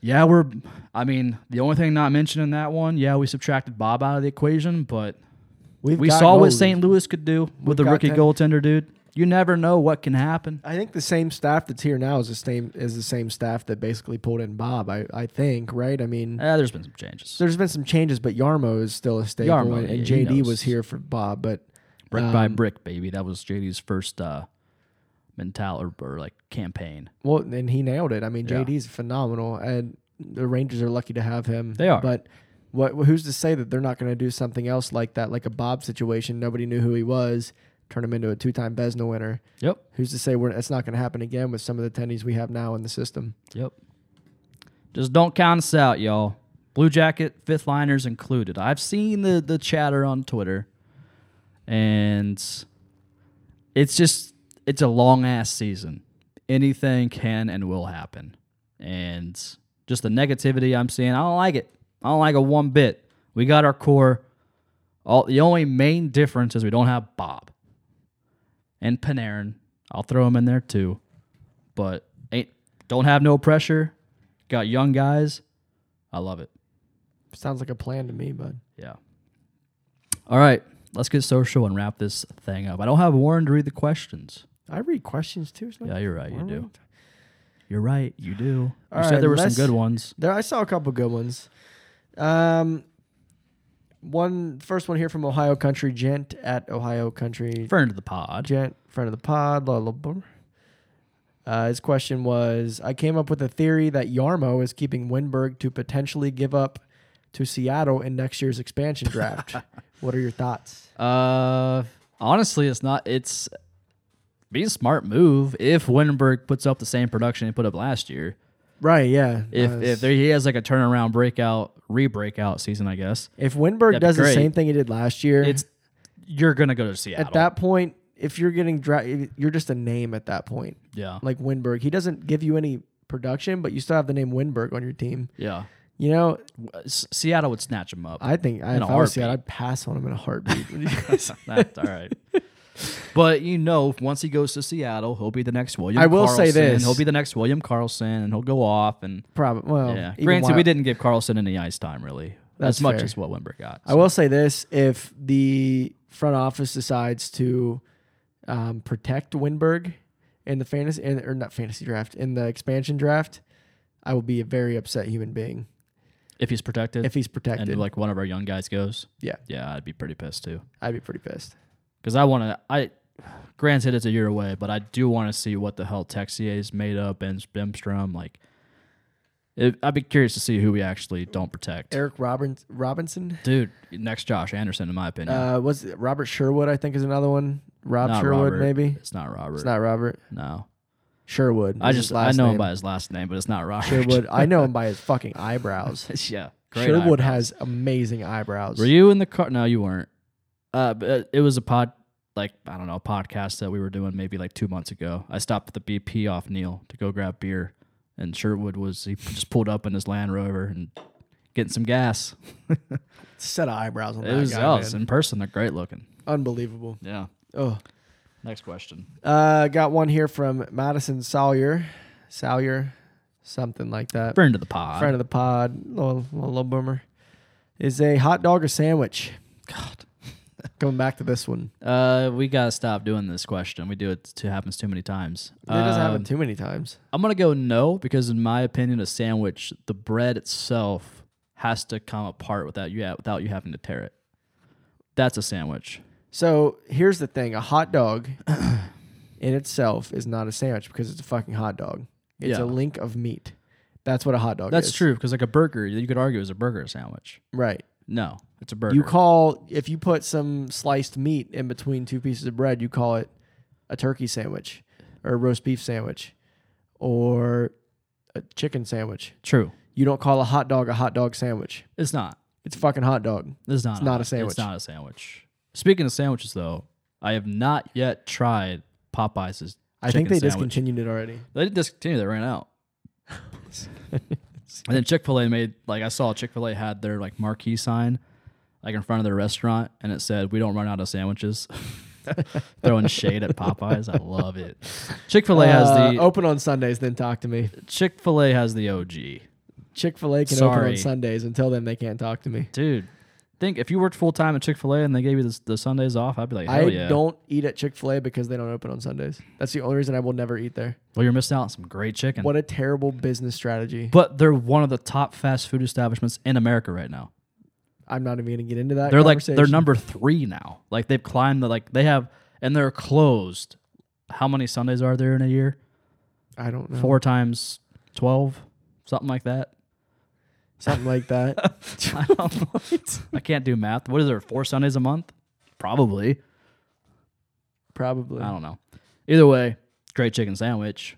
Speaker 1: Yeah, we're, I mean, the only thing not mentioned in that one, yeah, we subtracted Bob out of the equation, but
Speaker 2: We've
Speaker 1: We
Speaker 2: got
Speaker 1: saw what
Speaker 2: goalies.
Speaker 1: St. Louis could do with the
Speaker 2: got
Speaker 1: rookie
Speaker 2: ten-
Speaker 1: goaltender, dude. You never know what can happen.
Speaker 2: I think the same staff that's here now is the same is the same staff that basically pulled in Bob. I, I think right. I mean,
Speaker 1: Eh, there's been some changes.
Speaker 2: there's been some changes, but Yarmo is still a staple,
Speaker 1: Yarmo,
Speaker 2: and,
Speaker 1: yeah, he
Speaker 2: and JD
Speaker 1: knows.
Speaker 2: was here for Bob. But
Speaker 1: Brick
Speaker 2: um,
Speaker 1: by brick, baby. That was JD's first uh, mental or, or like campaign.
Speaker 2: Well, and he nailed it. I mean,
Speaker 1: Yeah.
Speaker 2: JD's phenomenal, and the Rangers are lucky to have him.
Speaker 1: They are.
Speaker 2: but what? Who's to say that they're not going to do something else like that, like a Bob situation? Nobody knew who he was. Turn him into a two-time Vesna winner.
Speaker 1: Yep.
Speaker 2: Who's to say we're, that's not going to happen again with some of the tendies we have now in the system?
Speaker 1: Yep. Just don't count us out, y'all. Blue Jacket fifth liners included. I've seen the the chatter on Twitter, and it's just it's a long ass season. Anything can and will happen, and just the negativity I'm seeing, I don't like it. I don't like it one bit. We got our core. All the only main difference is we don't have Bob and Panarin. I'll throw him in there too but ain't don't have no pressure. Got young guys. I love it.
Speaker 2: Sounds like a plan to me, bud.
Speaker 1: Yeah. All right, let's get social and wrap this thing up. I don't have Warren to read the questions.
Speaker 2: I read questions too. so-
Speaker 1: Yeah, you're right. You
Speaker 2: All
Speaker 1: do.
Speaker 2: right.
Speaker 1: You're right. You do. You
Speaker 2: All
Speaker 1: said
Speaker 2: right,
Speaker 1: there were some
Speaker 2: let's-
Speaker 1: good ones.
Speaker 2: There, I saw a couple good ones. Um, one first one here from Ohio Country Gent at Ohio Country
Speaker 1: Friend of the pod.
Speaker 2: gent, friend of the pod, blah, blah, blah. Uh, his question was I came up with a theory that Yarmo is keeping Winberg to potentially give up to Seattle in next year's expansion draft. what are your thoughts?
Speaker 1: Uh, honestly, it's not. It's be a smart move if Winberg puts up the same production he put up last year.
Speaker 2: Right, yeah.
Speaker 1: If
Speaker 2: Uh,
Speaker 1: if there, he has like a turnaround breakout, re-breakout season, I guess
Speaker 2: if Winberg
Speaker 1: that'd be
Speaker 2: does the
Speaker 1: great.
Speaker 2: same thing he did last year,
Speaker 1: it's you're gonna go to Seattle.
Speaker 2: at that point, if you're getting drafted, you're just a name at that point.
Speaker 1: yeah,
Speaker 2: Like Winberg, he doesn't give you any production, but you still have the name Winberg on your team.
Speaker 1: yeah.
Speaker 2: You know,
Speaker 1: W- S- Seattle would snatch him up.
Speaker 2: I think I,
Speaker 1: In
Speaker 2: if
Speaker 1: a
Speaker 2: I was
Speaker 1: heartbeat.
Speaker 2: Seattle, I'd pass on him in a heartbeat.
Speaker 1: That's all right. But you know, once he goes to Seattle, he'll be the next William.
Speaker 2: I will say
Speaker 1: Karlsson,
Speaker 2: this.
Speaker 1: he'll be the next William Carlson, and he'll go off. And
Speaker 2: Probably. Well,
Speaker 1: yeah,
Speaker 2: Oh, even
Speaker 1: granted, we
Speaker 2: Wild-
Speaker 1: didn't give Carlson any ice time really,
Speaker 2: That's
Speaker 1: as much
Speaker 2: fair.
Speaker 1: as what Wimber got.
Speaker 2: I will say this: if the front office decides to um, protect Winberg in the fantasy, in, or not fantasy draft, in the expansion draft, I will be a very upset human being
Speaker 1: if he's protected,
Speaker 2: if he's protected.
Speaker 1: and like one of our young guys goes,
Speaker 2: Yeah.
Speaker 1: yeah, I'd be pretty pissed too.
Speaker 2: I'd be pretty pissed.
Speaker 1: Because I want to. I granted it's a year away, but I do want to see what the hell Texier's made up and Bimstrom. Like, it, I'd be curious to see who we actually don't protect.
Speaker 2: Eric Robbins, Robinson,
Speaker 1: Dude, next Josh Anderson, in my opinion.
Speaker 2: uh, was it Robert Sherwood? I think is another one. Rob
Speaker 1: Not
Speaker 2: Sherwood,
Speaker 1: Robert.
Speaker 2: maybe.
Speaker 1: It's not Robert.
Speaker 2: It's not Robert
Speaker 1: No,
Speaker 2: Sherwood.
Speaker 1: I
Speaker 2: is his
Speaker 1: just I
Speaker 2: last
Speaker 1: know him
Speaker 2: name.
Speaker 1: by his last name, but it's not Robert.
Speaker 2: Sherwood. I know him by his fucking eyebrows.
Speaker 1: yeah, great
Speaker 2: Sherwood
Speaker 1: eyebrow.
Speaker 2: has amazing eyebrows.
Speaker 1: Were you in the car? No, you weren't. Uh, but it was a pod, like I don't know, a podcast that we were doing maybe like two months ago. I stopped at the BP off Neil to go grab beer, and Sherwood was he just pulled up in his Land Rover and getting some gas.
Speaker 2: Set of eyebrows on
Speaker 1: It
Speaker 2: that
Speaker 1: was
Speaker 2: guy,
Speaker 1: oh,
Speaker 2: man.
Speaker 1: it's in person. They're great looking.
Speaker 2: Unbelievable.
Speaker 1: Yeah.
Speaker 2: Oh,
Speaker 1: Next question.
Speaker 2: uh, got one here from Madison Sawyer, Sawyer, something like that.
Speaker 1: Friend of the pod.
Speaker 2: Friend of the pod, little, little, little boomer. Is a hot dog or sandwich?
Speaker 1: God.
Speaker 2: Going back to this one,
Speaker 1: Uh, we gotta stop doing this question. We do it. Too happens too many times.
Speaker 2: it doesn't
Speaker 1: Um,
Speaker 2: happen too many times.
Speaker 1: I'm gonna go no because in my opinion, a sandwich, the bread itself has to come apart without you without you having to tear it. That's a sandwich.
Speaker 2: So here's the thing: a hot dog in itself is not a sandwich because it's a fucking hot dog. It's
Speaker 1: Yeah.
Speaker 2: a link of meat. That's what a hot dog
Speaker 1: That's
Speaker 2: is.
Speaker 1: true because like a burger, you could argue is a burger sandwich.
Speaker 2: Right.
Speaker 1: No, it's a burger.
Speaker 2: You call if you put some sliced meat in between two pieces of bread, you call it a turkey sandwich or a roast beef sandwich or a chicken sandwich.
Speaker 1: true.
Speaker 2: You don't call a hot dog a hot dog sandwich.
Speaker 1: It's not.
Speaker 2: It's a fucking hot dog.
Speaker 1: It's not.
Speaker 2: It's not a sandwich.
Speaker 1: It's not a sandwich. Speaking of sandwiches, though, I have not yet tried Popeyes.
Speaker 2: I think they
Speaker 1: sandwich.
Speaker 2: discontinued it already.
Speaker 1: They didn't discontinue. They ran out. and then Chick Fil A made like I saw Chick Fil A had their like marquee sign like in front of their restaurant, and it said, "We don't run out of sandwiches." Throwing shade at Popeyes, I love it. Chick Fil A has
Speaker 2: Uh,
Speaker 1: the
Speaker 2: open on Sundays, then talk to me.
Speaker 1: Chick Fil A has the OG
Speaker 2: Chick fil A can open on
Speaker 1: Sorry.
Speaker 2: Sundays and tell them they can't talk to me.
Speaker 1: dude. Think if you worked full time at Chick Fil A and they gave you the, the Sundays off, I'd be like, hell
Speaker 2: I
Speaker 1: yeah.
Speaker 2: don't eat at Chick fil A because they don't open on Sundays. That's the only reason I will never eat there.
Speaker 1: Well, you're missing out on some great chicken.
Speaker 2: What a terrible business strategy.
Speaker 1: but they're one of the top fast food establishments in America right now.
Speaker 2: I'm not even going to get into that.
Speaker 1: they're like they're
Speaker 2: conversation.
Speaker 1: number three now. Like they've climbed the like they have and they're closed. How many Sundays are there in a year?
Speaker 2: I don't know.
Speaker 1: Four times twelve, something like that.
Speaker 2: something like that.
Speaker 1: I, don't- I can't do math. What is there? Four Sundays a month? Probably.
Speaker 2: Probably.
Speaker 1: I don't know. Either way, great chicken sandwich.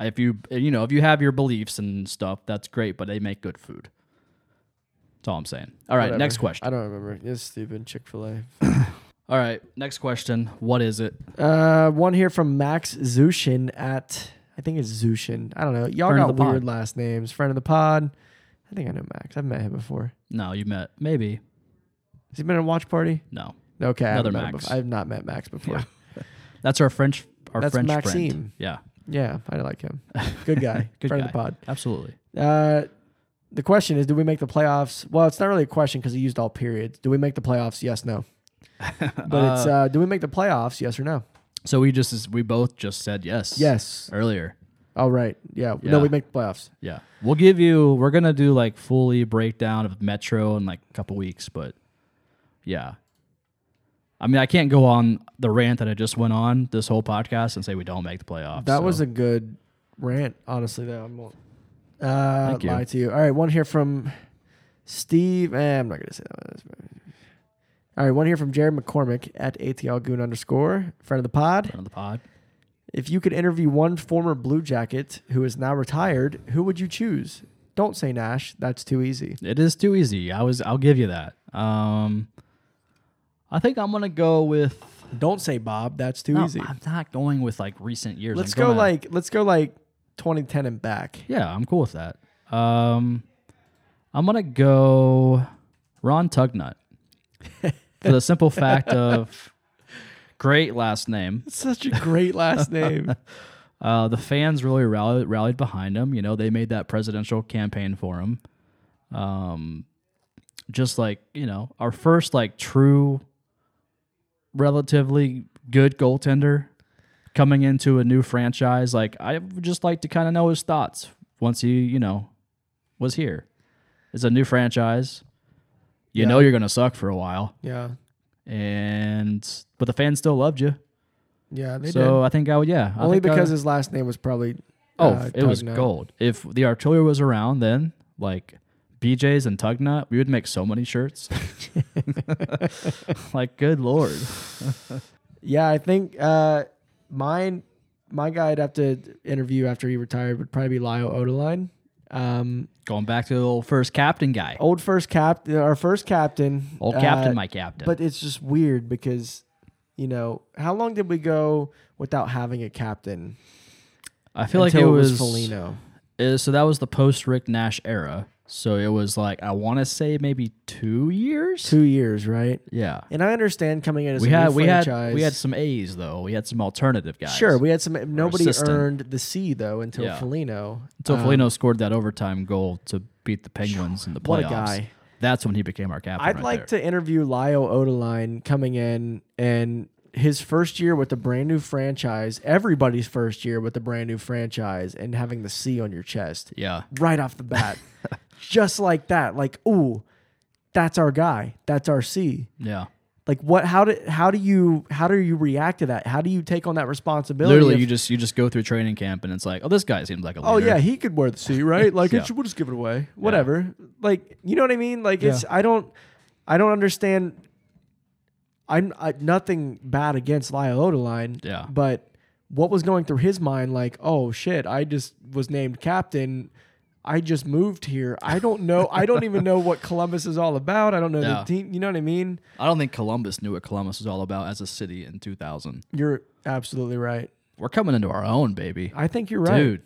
Speaker 1: If you you know if you have your beliefs and stuff, that's great. But they make good food. That's all I'm saying. All right,
Speaker 2: Whatever.
Speaker 1: next question.
Speaker 2: I don't remember. It's stupid. Chick fil A.
Speaker 1: All right, next question. What is it?
Speaker 2: Uh, one here from Max Zushin at I think it's Zushin. I don't know. Y'all
Speaker 1: Friend of
Speaker 2: got
Speaker 1: the pod.
Speaker 2: weird last names. Friend of the pod. I think I know Max. I've met him before.
Speaker 1: No, you met maybe
Speaker 2: Has he been at a watch party?
Speaker 1: no.
Speaker 2: Okay, I
Speaker 1: Another
Speaker 2: haven't met him
Speaker 1: Max.
Speaker 2: before. I've not met Max before. Yeah,
Speaker 1: That's our French. Our
Speaker 2: That's
Speaker 1: French
Speaker 2: Maxime.
Speaker 1: friend. Yeah,
Speaker 2: I like him. Good guy.
Speaker 1: Good
Speaker 2: Friend of
Speaker 1: guy.
Speaker 2: the pod.
Speaker 1: absolutely.
Speaker 2: Uh, the question is, do we make the playoffs? Well, it's not really a question because he used all periods. Do we make the playoffs? Yes, no. But it's uh, do we make the playoffs? Yes or no?
Speaker 1: So we just we both just said yes.
Speaker 2: Yes.
Speaker 1: Earlier.
Speaker 2: All Oh, right. Yeah.
Speaker 1: Yeah.
Speaker 2: No, we make the playoffs.
Speaker 1: Yeah. We'll give you. We're gonna do like fully breakdown of Metro in like a couple weeks, but yeah. I mean, I can't go on the rant that I just went on this whole podcast and say we don't make the playoffs.
Speaker 2: That
Speaker 1: so.
Speaker 2: was a good rant, honestly. Though I'm won't uh,
Speaker 1: Thank you.
Speaker 2: lie to you. All right, one here from Steve. eh, I'm not gonna say that. One. All right, one here from Jared McCormick at ATL Goon underscore friend of the pod.
Speaker 1: friend of the pod.
Speaker 2: If you could interview one former Blue Jacket who is now retired, who would you choose? Don't say Nash. That's too easy.
Speaker 1: It is too easy. I was. I'll give you that. Um, I think I'm gonna go with.
Speaker 2: Don't say Bob. That's too
Speaker 1: No,
Speaker 2: easy.
Speaker 1: I'm not going with like recent years.
Speaker 2: Let's
Speaker 1: I'm
Speaker 2: go
Speaker 1: gonna-
Speaker 2: like let's go like 2010 and back.
Speaker 1: Yeah, I'm cool with that. Um, I'm gonna go Ron Tugnut for the simple fact of great last name.
Speaker 2: Such a great last name.
Speaker 1: Uh, the fans really rallied, rallied behind him. You know, they made that presidential campaign for him. Um, just like you know, our first like true, relatively good goaltender coming into a new franchise. Like I would just like to kind of know his thoughts once he you know was here. It's a new franchise. You
Speaker 2: Yeah.
Speaker 1: know you're gonna suck for a while,
Speaker 2: Yeah.
Speaker 1: and but the fans still loved you.
Speaker 2: Yeah, they
Speaker 1: so
Speaker 2: did.
Speaker 1: I think I would yeah. I
Speaker 2: Only
Speaker 1: think I-
Speaker 2: because his last name was probably.
Speaker 1: Oh,
Speaker 2: uh,
Speaker 1: it was
Speaker 2: Tugnutt.
Speaker 1: gold. If the artillery was around then, like BJ's and Tugnut, we would make so many shirts. like, good lord.
Speaker 2: Yeah, I think uh, mine, my guy I'd have to interview after he retired would probably be Lyle Odoline. Um,
Speaker 1: Going back to the old first captain guy.
Speaker 2: old first cap, our first captain.
Speaker 1: Old captain,
Speaker 2: Oh, uh,
Speaker 1: my captain.
Speaker 2: But it's just weird because, you know, how long did we go without having a captain?
Speaker 1: I feel like it
Speaker 2: Until
Speaker 1: was,
Speaker 2: Foligno.
Speaker 1: uh, so that was the post Rick Nash era. So it was like I want to say maybe two years.
Speaker 2: Two years, right?
Speaker 1: Yeah,
Speaker 2: And I understand coming in as
Speaker 1: we
Speaker 2: a new
Speaker 1: had we
Speaker 2: franchise.
Speaker 1: had we had some A's though. We had some alternative guys.
Speaker 2: Sure, we had some. Nobody
Speaker 1: assistant.
Speaker 2: earned the C though until
Speaker 1: Yeah.
Speaker 2: Foligno.
Speaker 1: until
Speaker 2: Um,
Speaker 1: Foligno scored that overtime goal to beat the Penguins in the playoffs.
Speaker 2: What a guy.
Speaker 1: That's when he became our captain.
Speaker 2: I'd
Speaker 1: right
Speaker 2: like
Speaker 1: there.
Speaker 2: to interview Lyle Odoline coming in and his first year with a brand new franchise, everybody's first year with a brand new franchise, and having the C on your chest
Speaker 1: Yeah.
Speaker 2: right off the bat, just like that. Like, ooh, that's our guy. That's our C.
Speaker 1: Yeah.
Speaker 2: Like, what? How do how do you how do you react to that? How do you take on that responsibility?
Speaker 1: Literally,
Speaker 2: of,
Speaker 1: you just you just go through training camp and it's like, oh, this guy seems like a leader.
Speaker 2: oh yeah, he could wear the C, right? Like,
Speaker 1: Yeah.
Speaker 2: it should, we'll just give it away. Whatever. Like, you know what I mean? Like, it's
Speaker 1: Yeah.
Speaker 2: I don't, I don't understand. I'm I, nothing bad against Lyle Odoline.
Speaker 1: Yeah.
Speaker 2: But what was going through his mind? Like, oh shit, I just was named captain. I just moved here. I don't know. I don't even know what Columbus is all about. I don't know
Speaker 1: Yeah.
Speaker 2: the team. You know what I mean?
Speaker 1: I don't think Columbus knew what Columbus was all about as a city in 2000.
Speaker 2: You're absolutely right.
Speaker 1: We're coming into our own, baby,
Speaker 2: I think you're right.
Speaker 1: dude.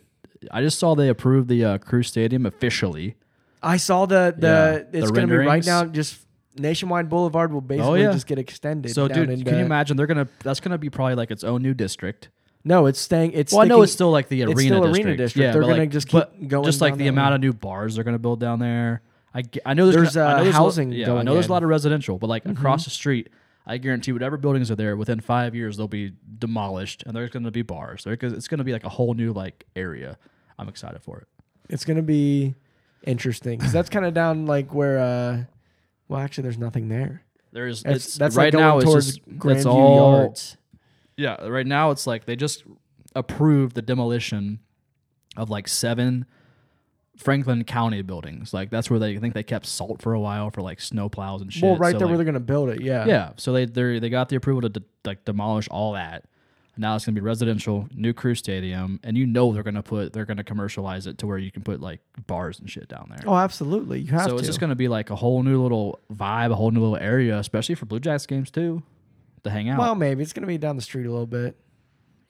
Speaker 1: I just saw they approved the uh, Crew Stadium officially.
Speaker 2: I saw the the
Speaker 1: Yeah,
Speaker 2: it's
Speaker 1: the
Speaker 2: going to be right
Speaker 1: renderings. Oh,
Speaker 2: now. Just Nationwide Boulevard will basically
Speaker 1: yeah.
Speaker 2: just get extended.
Speaker 1: So,
Speaker 2: down
Speaker 1: dude,
Speaker 2: into-
Speaker 1: can you imagine? They're gonna that's gonna be probably like its own new district.
Speaker 2: No, it's staying. It's
Speaker 1: Well, I know
Speaker 2: sticking-
Speaker 1: it's still like the arena
Speaker 2: it's still arena
Speaker 1: district.
Speaker 2: district.
Speaker 1: Yeah,
Speaker 2: They're
Speaker 1: but,
Speaker 2: gonna
Speaker 1: like-
Speaker 2: just keep
Speaker 1: but
Speaker 2: going
Speaker 1: Just like
Speaker 2: down
Speaker 1: the
Speaker 2: that
Speaker 1: amount
Speaker 2: way.
Speaker 1: of new bars they're gonna build down there. I, ge- I know there's,
Speaker 2: There's,
Speaker 1: gonna- I
Speaker 2: uh,
Speaker 1: know there's a-
Speaker 2: housing
Speaker 1: yeah, I
Speaker 2: going
Speaker 1: know there's a
Speaker 2: in. Mm-hmm.
Speaker 1: lot of residential, but like across the street, I guarantee whatever buildings are there within five years they'll be demolished and there's gonna be bars. There, it's gonna be like a whole new like area. I'm excited for it.
Speaker 2: it's going to be interesting because that's kind of down like where. uh Well, actually, there's nothing there.
Speaker 1: There's
Speaker 2: That's-
Speaker 1: it's
Speaker 2: that's like
Speaker 1: right
Speaker 2: going
Speaker 1: now it's
Speaker 2: towards
Speaker 1: just it's
Speaker 2: Grandview
Speaker 1: all
Speaker 2: Yards.
Speaker 1: yeah. Right now it's like they just approved the demolition of like seven Franklin County buildings. Like that's where they I think they kept salt for a while for like snow plows and shit.
Speaker 2: Well, right
Speaker 1: So,
Speaker 2: there
Speaker 1: like,
Speaker 2: where they're going to build it. Yeah.
Speaker 1: Yeah, so they they they got the approval to de- like demolish all that. Now it's gonna be residential, new crew stadium, and you know they're gonna put they're gonna commercialize it to where you can put like bars and shit down there.
Speaker 2: Oh, absolutely. You have
Speaker 1: so
Speaker 2: to.
Speaker 1: it's just gonna be like a whole new little vibe, a whole new little area, especially for Blue Jackets games too, to hang out.
Speaker 2: well, maybe it's going to be down the street a little bit.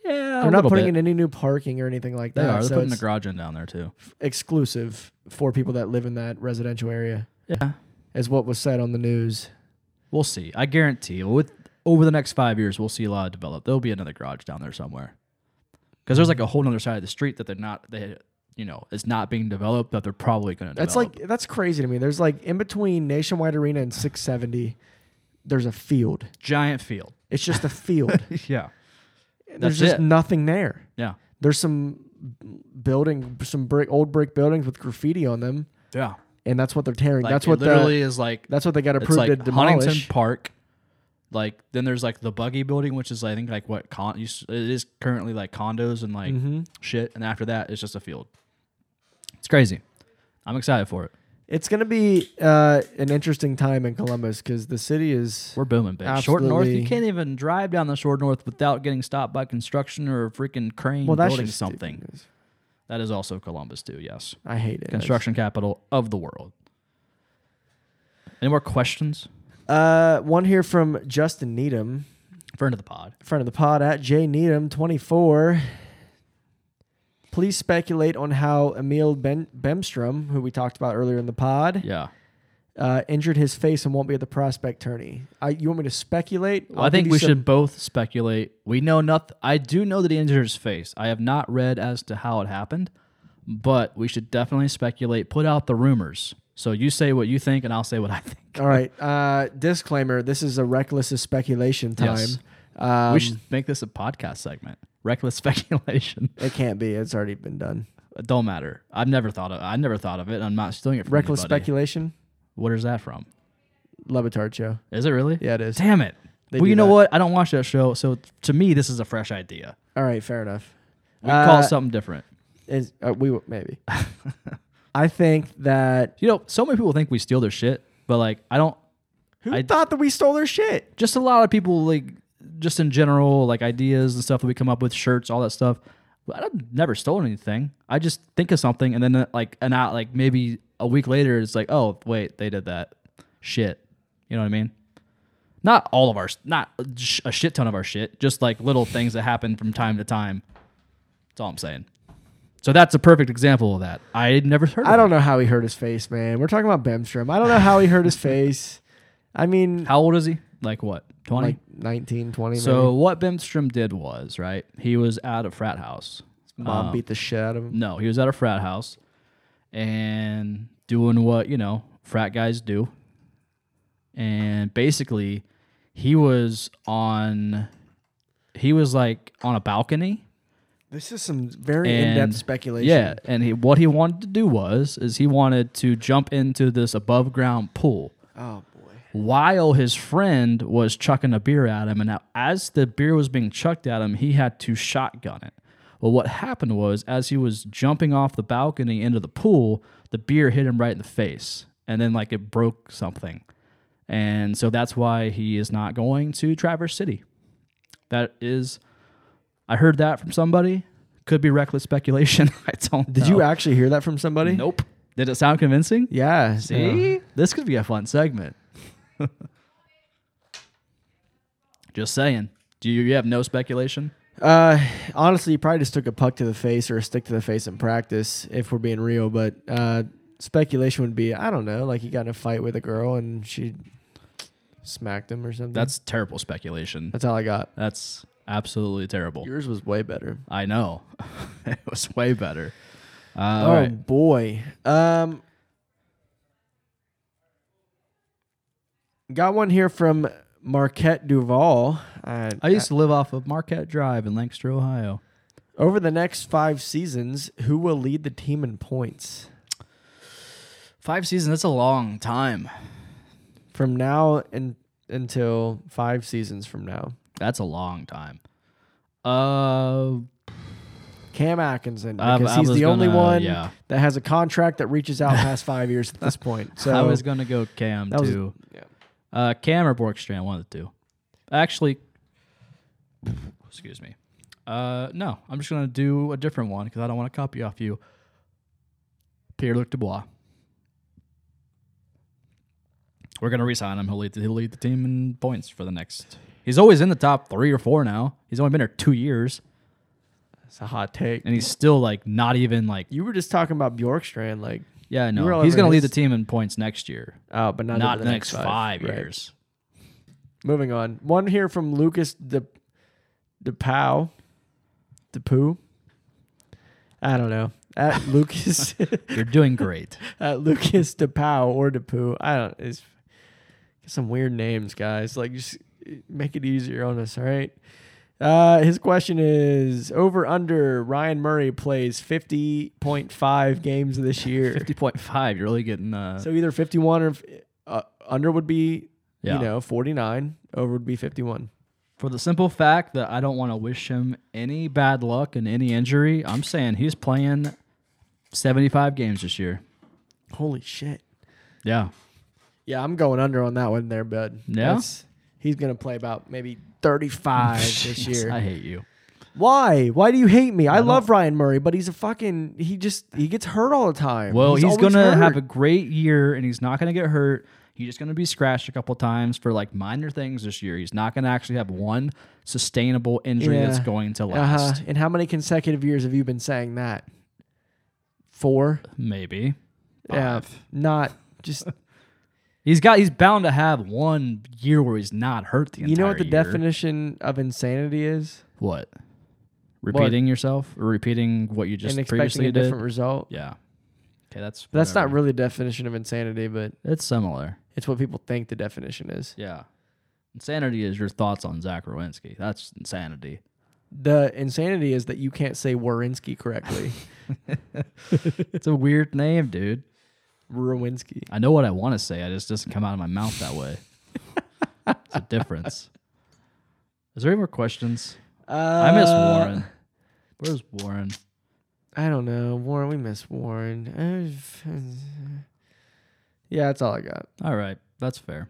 Speaker 1: yeah,
Speaker 2: They're not putting in any new parking or anything like
Speaker 1: They
Speaker 2: that.
Speaker 1: are. They're
Speaker 2: so
Speaker 1: putting
Speaker 2: it's
Speaker 1: the garage in down there too.
Speaker 2: exclusive for people that live in that residential area,
Speaker 1: Yeah,
Speaker 2: is what was said on the news.
Speaker 1: we'll see. I guarantee with over the next five years, we'll see a lot of develop. There'll be another garage down there somewhere because there's like a whole other side of the street that they're not they you know it's not being developed that they're probably gonna.
Speaker 2: That's
Speaker 1: develop.
Speaker 2: like that's crazy to me. There's like in between Nationwide Arena and 670, there's a field.
Speaker 1: giant field.
Speaker 2: It's just a field.
Speaker 1: Yeah,
Speaker 2: there's
Speaker 1: That's
Speaker 2: just
Speaker 1: it.
Speaker 2: nothing there.
Speaker 1: yeah,
Speaker 2: There's some building, some brick, old brick buildings with graffiti on them,
Speaker 1: yeah.
Speaker 2: and that's what they're tearing.
Speaker 1: Like,
Speaker 2: that's
Speaker 1: it
Speaker 2: what the
Speaker 1: literally is like.
Speaker 2: that's what they got
Speaker 1: It's
Speaker 2: approved
Speaker 1: like
Speaker 2: to
Speaker 1: Huntington
Speaker 2: demolish.
Speaker 1: Park Like then there's like the Buggy Building, which is I think like what con used it is currently like condos and like
Speaker 2: Mm-hmm.
Speaker 1: shit. And after that, it's just a field. It's crazy. I'm excited for it.
Speaker 2: It's going to be uh, an interesting time in Columbus because the city is.
Speaker 1: We're booming, bitch. Short North, you
Speaker 2: Absolutely.
Speaker 1: can't even drive down the Short North without getting stopped by construction or a freaking crane
Speaker 2: Well, that's
Speaker 1: building
Speaker 2: just
Speaker 1: something.
Speaker 2: stupid.
Speaker 1: That is also Columbus too. Yes,
Speaker 2: I hate it.
Speaker 1: construction capital of the world. Any more questions?
Speaker 2: Uh, one here from Justin Needham,
Speaker 1: Friend of the pod.
Speaker 2: friend of the pod at J Needham twenty four. Please speculate on how Emil ben- Bemstrom, who we talked about earlier in the pod,
Speaker 1: Yeah.
Speaker 2: uh, injured his face and won't be at the prospect tourney. I, you want me to speculate?
Speaker 1: Well,
Speaker 2: I'll
Speaker 1: I think
Speaker 2: give you
Speaker 1: we
Speaker 2: some-
Speaker 1: should both speculate. We know nothing. I do know that he injured his face. I have not read as to how it happened, but we should definitely speculate. Put out the rumors. So you say what you think, and I'll say what I think.
Speaker 2: All right. Uh, disclaimer: This is a reckless as speculation time.
Speaker 1: Yes.
Speaker 2: Um,
Speaker 1: we should make this a podcast segment. Reckless speculation.
Speaker 2: It can't be. It's already been done.
Speaker 1: It don't matter. I've never thought of. I never thought of it. I'm not stealing it from
Speaker 2: Reckless
Speaker 1: anybody.
Speaker 2: speculation.
Speaker 1: What is that from?
Speaker 2: Levitard show.
Speaker 1: Is it really?
Speaker 2: Yeah, it is.
Speaker 1: Damn it.
Speaker 2: They
Speaker 1: well,
Speaker 2: do
Speaker 1: you know
Speaker 2: that.
Speaker 1: what? I don't watch that show, so to me, this is a fresh idea.
Speaker 2: All right. Fair enough.
Speaker 1: We can call
Speaker 2: Uh,
Speaker 1: it something different.
Speaker 2: Is uh, we will- maybe. I think that
Speaker 1: You know, so many people think we steal their shit, but like, I don't.
Speaker 2: who
Speaker 1: I-
Speaker 2: thought that we stole their shit?
Speaker 1: Just a lot of people like, just in general, like ideas and stuff that we come up with, shirts, all that stuff. But I've never stolen anything. I just think of something, and then uh, like an out, like maybe a week later, it's like, oh wait, they did that shit. You know what I mean? Not all of our, not sh- a shit ton of our shit, just like little things that happen from time to time. That's all I'm saying. So that's a perfect example of that. I had never heard. Of
Speaker 2: I don't know how he hurt his face, man. We're talking about Bemstrom. I don't know how he hurt his face. I mean,
Speaker 1: it. How old is he? Like what? Twenty.
Speaker 2: like 19, 20.
Speaker 1: So
Speaker 2: maybe.
Speaker 1: what Bemstrom did was right. He was at a frat house.
Speaker 2: mom
Speaker 1: Um,
Speaker 2: beat the shit out of him.
Speaker 1: No, he was at a frat house, and doing what you know frat guys do. And basically, he was on. He was like on a balcony.
Speaker 2: This is some very
Speaker 1: and-
Speaker 2: in-depth speculation.
Speaker 1: Yeah, and he, what he wanted to do was is he wanted to jump into this above ground pool
Speaker 2: Oh boy.
Speaker 1: while his friend was chucking a beer at him. And now, as the beer was being chucked at him, he had to shotgun it. Well, what happened was, as he was jumping off the balcony into the pool, the beer hit him right in the face. And then, like, it broke something. And so that's why he is not going to Traverse City. That is, I heard that from somebody. Could be reckless speculation. I don't
Speaker 2: Did
Speaker 1: know.
Speaker 2: you actually hear that from somebody?
Speaker 1: Nope. Did it sound convincing?
Speaker 2: Yeah.
Speaker 1: See? This could be a fun segment. just saying. Do you, you have no speculation?
Speaker 2: Uh, honestly, you probably just took a puck to the face or a stick to the face in practice, if we're being real. But uh, speculation would be, I don't know, like he got in a fight with a girl and she smacked him or something.
Speaker 1: That's terrible speculation.
Speaker 2: that's all I got.
Speaker 1: That's absolutely terrible.
Speaker 2: Yours was way better.
Speaker 1: I know. it was way better. Uh,
Speaker 2: Oh
Speaker 1: all right.
Speaker 2: boy. Um, got one here from Marquette Duval. Uh,
Speaker 1: I used to live off of Marquette Drive in Lancaster, Ohio.
Speaker 2: over the next five seasons, who will lead the team in points?
Speaker 1: Five seasons, that's a long time.
Speaker 2: from now and until five seasons from now.
Speaker 1: That's a long time. Uh,
Speaker 2: Cam Atkinson,
Speaker 1: I-
Speaker 2: because
Speaker 1: I
Speaker 2: he's
Speaker 1: was
Speaker 2: the only
Speaker 1: gonna-
Speaker 2: one
Speaker 1: yeah.
Speaker 2: that has a contract that reaches out past five years at this point. So
Speaker 1: I was going to go Cam,
Speaker 2: That was-
Speaker 1: too.
Speaker 2: yeah.
Speaker 1: Uh, Cam or Borkstrand, one of the two. Actually, excuse me. Uh, no, I'm just gonna do a different one because I don't want to copy off you. Pierre Luc Dubois. We're gonna resign him. He'll lead. The, he'll lead the team in points for the next. He's always in the top three or four now. He's only been here two years,
Speaker 2: it's a hot take.
Speaker 1: and he's still like not even like.
Speaker 2: You were just talking about Bjorkstrand, like
Speaker 1: Yeah,
Speaker 2: were
Speaker 1: no,
Speaker 2: all
Speaker 1: he's
Speaker 2: over
Speaker 1: gonna lead the
Speaker 2: his-
Speaker 1: team in points next year,
Speaker 2: oh, but not,
Speaker 1: not
Speaker 2: over
Speaker 1: the next five,
Speaker 2: Right.
Speaker 1: years.
Speaker 2: Moving on. One here from Lucas De DePow. DePoo. I don't know. At Lucas
Speaker 1: You're doing great.
Speaker 2: at Lucas DePau or DePoo. I don't. It's get some weird names, guys. Like just make it easier on us. All right. Uh, his question is over under Ryan Murray plays fifty point five games this year.
Speaker 1: Fifty point five. You're really getting. Uh,
Speaker 2: so either fifty one or uh, under would be
Speaker 1: Yeah.
Speaker 2: you know forty nine, over would be 51.
Speaker 1: For the simple fact that I don't want to wish him any bad luck and any injury, I'm saying he's playing 75 games this year.
Speaker 2: Holy shit.
Speaker 1: Yeah.
Speaker 2: Yeah, I'm going under on that one there, bud.
Speaker 1: Yeah?
Speaker 2: That's- he's going to play about maybe 35 this
Speaker 1: Jeez,
Speaker 2: year.
Speaker 1: I hate you.
Speaker 2: Why? Why do you hate me? I, love Ryan Murray, but he's a fucking he just he gets hurt all the time.
Speaker 1: Well, he's,
Speaker 2: always
Speaker 1: going to have a
Speaker 2: hurt. Uh-huh.
Speaker 1: great year and he's not going to get hurt. He's just going to be scratched a couple times for like minor things this year. He's not going to actually have one sustainable injury that's
Speaker 2: Yeah.
Speaker 1: going to
Speaker 2: Uh-huh.
Speaker 1: last.
Speaker 2: And how many consecutive years have you been saying that? Four?
Speaker 1: Maybe.
Speaker 2: Yeah. Not just
Speaker 1: He's got he's bound to have one year where he's not hurt the entire
Speaker 2: you know what the
Speaker 1: year.
Speaker 2: definition of insanity is?
Speaker 1: What? Repeating yourself or repeating what you just
Speaker 2: and expecting
Speaker 1: previously
Speaker 2: a
Speaker 1: did?
Speaker 2: different result.
Speaker 1: Yeah. Okay, that's
Speaker 2: That's not
Speaker 1: whatever.
Speaker 2: really the definition of insanity, but
Speaker 1: It's similar.
Speaker 2: it's what people think the definition is.
Speaker 1: Yeah. Insanity is your thoughts on Zach Rowinski. That's insanity.
Speaker 2: The insanity is that you can't say Warinsky correctly.
Speaker 1: It's a weird name, dude.
Speaker 2: Ruwinski.
Speaker 1: I know what I want to say. I just doesn't come out of my mouth that way. it's a difference. Is there any more questions?
Speaker 2: Uh,
Speaker 1: I miss Warren. Where's Warren?
Speaker 2: I don't know. Warren, we miss Warren. Uh, Yeah, that's all I got.
Speaker 1: All right, that's fair.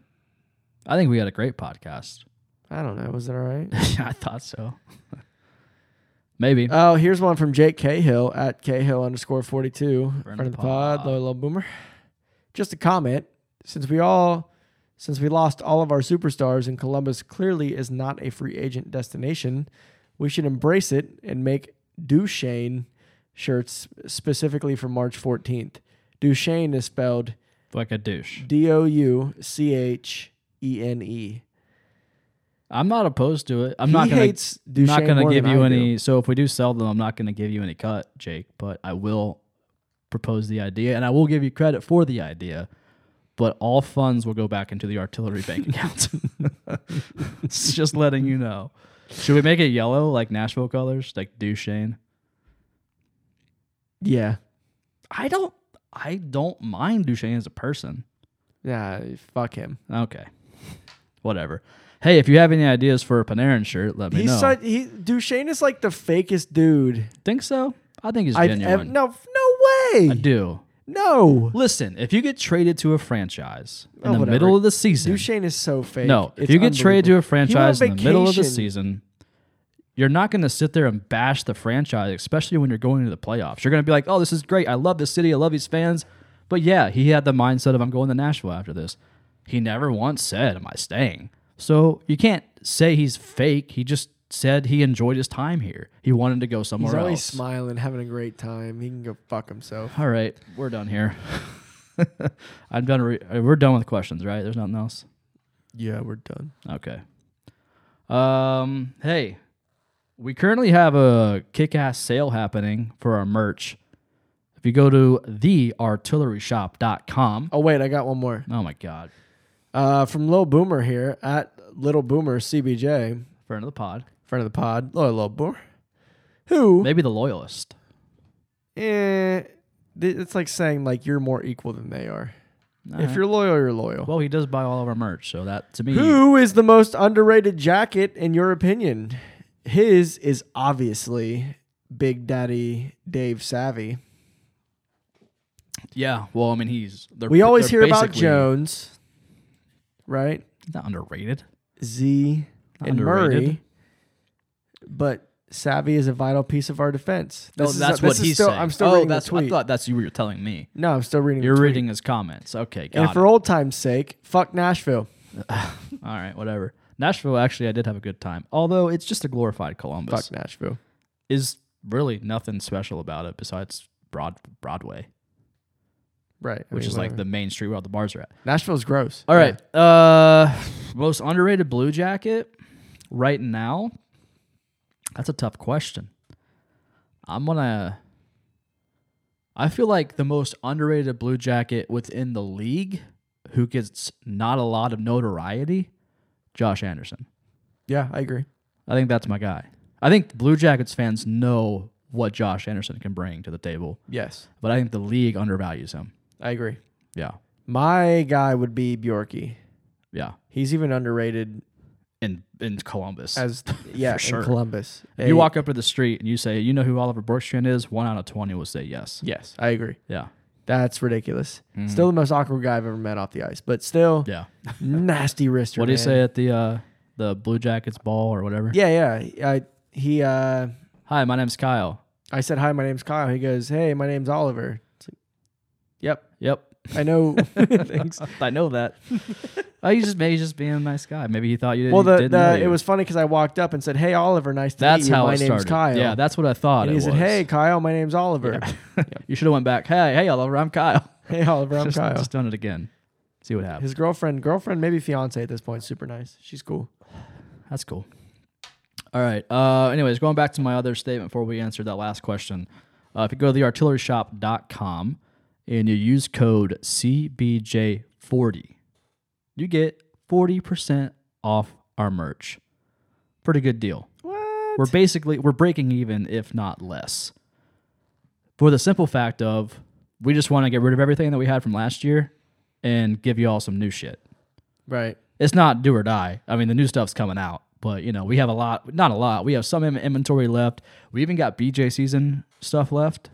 Speaker 1: I think we had a great podcast.
Speaker 2: I don't know. Was it all right?
Speaker 1: I thought so. Maybe.
Speaker 2: oh, here's one from Jake Cahill at Cahill underscore 42. Friend of the pod, low, low boomer. Just a comment. Since we all, since we lost all of our superstars and Columbus clearly is not a free agent destination, we should embrace it and make Duchesne shirts specifically for March 14th. Duchesne is spelled
Speaker 1: like a douche.
Speaker 2: D O U C H E N E.
Speaker 1: I'm not opposed to it. I'm
Speaker 2: He
Speaker 1: not gonna
Speaker 2: hates
Speaker 1: not
Speaker 2: Duchesne
Speaker 1: gonna
Speaker 2: more
Speaker 1: give
Speaker 2: than
Speaker 1: you
Speaker 2: I do.
Speaker 1: any. So if we do sell them, I'm not gonna give you any cut, Jake. But I will propose the idea, and I will give you credit for the idea. But all funds will go back into the artillery bank account. it's just letting you know. Should we make it yellow like Nashville colors, like Duchesne?
Speaker 2: Yeah.
Speaker 1: I don't. I don't mind Duchesne as a person.
Speaker 2: Yeah, fuck him.
Speaker 1: Okay, whatever. Hey, if you have any ideas for a Panarin shirt, let me
Speaker 2: He's
Speaker 1: know.
Speaker 2: such he Duchesne is like the fakest dude
Speaker 1: think so? I think he's
Speaker 2: I've
Speaker 1: genuine.
Speaker 2: ever no f- no way.
Speaker 1: I do.
Speaker 2: No.
Speaker 1: Listen, if you get traded to a franchise in
Speaker 2: Oh,
Speaker 1: the
Speaker 2: whatever.
Speaker 1: middle of the season,
Speaker 2: Duchesne is so fake.
Speaker 1: no, if
Speaker 2: It's
Speaker 1: you get traded to a
Speaker 2: unbelievable. He went on
Speaker 1: franchise in the middle of the
Speaker 2: vacation.
Speaker 1: season, you're not going to sit there and bash the franchise, especially when you're going to the playoffs. You're going to be like, "Oh, this is great. I love this city. I love these fans." But yeah, he had the mindset of I'm going to Nashville after this. He never once said, "Am I staying?" So you can't say he's fake. He just said he enjoyed his time here. He wanted to go somewhere
Speaker 2: He's always
Speaker 1: else.
Speaker 2: smiling, having a great time. He can go fuck himself.
Speaker 1: All right, we're done here. I'm done. Re- uh, we're done with questions, right? There's nothing else.
Speaker 2: Yeah, we're done.
Speaker 1: Okay. Um. Hey, we currently have a kick-ass sale happening for our merch. If you go to theartilleryshop.com.
Speaker 2: Oh wait, I got one more.
Speaker 1: Oh my God!
Speaker 2: Uh, from Lil Boomer here at Little Boomer CBJ,
Speaker 1: Friend of the pod,
Speaker 2: friend of the pod, Lil Lil Boomer, who
Speaker 1: maybe the loyalist.
Speaker 2: eh, th- it's like saying like you're more equal than they are.
Speaker 1: All
Speaker 2: if
Speaker 1: right.
Speaker 2: you're loyal, you're loyal.
Speaker 1: well, he does buy all of our merch, so that to me,
Speaker 2: Who is the most underrated jacket in your opinion? His is obviously Big Daddy Dave Savvy.
Speaker 1: yeah. Well, I mean, he's they're,
Speaker 2: We always
Speaker 1: they're
Speaker 2: hear about
Speaker 1: basically-
Speaker 2: Jones, right?
Speaker 1: Not underrated.
Speaker 2: Z and
Speaker 1: Underrated.
Speaker 2: Murray, but Savvy is a vital piece of our defense.
Speaker 1: No,
Speaker 2: This is-
Speaker 1: Oh, that's
Speaker 2: this
Speaker 1: what
Speaker 2: is
Speaker 1: he's
Speaker 2: still,
Speaker 1: saying.
Speaker 2: I'm still
Speaker 1: oh,
Speaker 2: reading
Speaker 1: that's
Speaker 2: the tweet.
Speaker 1: I thought that's you were telling me.
Speaker 2: no, I'm still reading.
Speaker 1: You're
Speaker 2: the tweet.
Speaker 1: reading his comments. Okay, got
Speaker 2: And
Speaker 1: it.
Speaker 2: for old time's sake, fuck Nashville.
Speaker 1: All right, whatever. Nashville, actually, I did have a good time. Although it's just a glorified Columbus.
Speaker 2: Fuck Nashville.
Speaker 1: Is really nothing special about it besides Broad Broadway,
Speaker 2: Right. I
Speaker 1: which
Speaker 2: mean,
Speaker 1: is like
Speaker 2: whatever.
Speaker 1: the main street where all the bars are at.
Speaker 2: Nashville's gross.
Speaker 1: All right. Uh, most underrated blue jacket right now. That's a tough question. I'm gonna. I feel like the most underrated blue jacket within the league, who gets not a lot of notoriety, Josh Anderson.
Speaker 2: Yeah, I agree.
Speaker 1: I think that's my guy. I think Blue Jackets fans know what Josh Anderson can bring to the table,
Speaker 2: Yes,
Speaker 1: but I think the league undervalues him.
Speaker 2: I agree.
Speaker 1: Yeah,
Speaker 2: My guy would be Bjorky.
Speaker 1: yeah.
Speaker 2: He's even underrated
Speaker 1: in in Columbus.
Speaker 2: as yeah,
Speaker 1: sure.
Speaker 2: in Columbus.
Speaker 1: if
Speaker 2: A-
Speaker 1: you walk up to the street and you say, "You know who Oliver Borkstrand is?" One out of twenty will say yes.
Speaker 2: Yes, I agree.
Speaker 1: Yeah,
Speaker 2: That's ridiculous. Still the most awkward guy I've ever met off the ice, but still
Speaker 1: yeah.
Speaker 2: nasty wrister.
Speaker 1: What do you
Speaker 2: man.
Speaker 1: say at the uh, the Blue Jackets ball or whatever?
Speaker 2: Yeah, yeah. I he uh
Speaker 1: Hi, my name's Kyle.
Speaker 2: I said hi, my name's Kyle. He goes, "Hey, my name's Oliver." It's like, "Yep,
Speaker 1: Yep,
Speaker 2: I know." Thanks.
Speaker 1: I know that. oh, you just maybe he's just being a nice guy. Maybe he thought you didn't.
Speaker 2: Well, the,
Speaker 1: didn't know
Speaker 2: the it
Speaker 1: you.
Speaker 2: was funny because I walked up and said, "Hey, Oliver, nice to
Speaker 1: That's
Speaker 2: meet you.
Speaker 1: how
Speaker 2: my
Speaker 1: it
Speaker 2: name's
Speaker 1: started.
Speaker 2: Kyle."
Speaker 1: Yeah, that's what I thought.
Speaker 2: and
Speaker 1: it
Speaker 2: he said,
Speaker 1: was.
Speaker 2: "Hey, Kyle, my name's Oliver."
Speaker 1: you should have went back. Hey, hey, Oliver, I'm Kyle.
Speaker 2: hey, Oliver, I'm
Speaker 1: just,
Speaker 2: Kyle.
Speaker 1: just done it again. See what happens.
Speaker 2: His girlfriend, girlfriend, maybe fiance at this point, super nice. She's cool.
Speaker 1: That's cool. All right. Uh, anyways, going back to my other statement before we answered that last question. Uh, if you go to theartilleryshop.com and you use code CBJ40, you get 40% off our merch. Pretty good deal.
Speaker 2: What?
Speaker 1: We're basically we're breaking even if not less. For the simple fact of we just want to get rid of everything that we had from last year and give you all some new shit
Speaker 2: Right.
Speaker 1: it's not do or die. I mean, the new stuff's coming out, but you know, we have a lot, not a lot. We have some in- inventory left. We even got BJ season stuff left.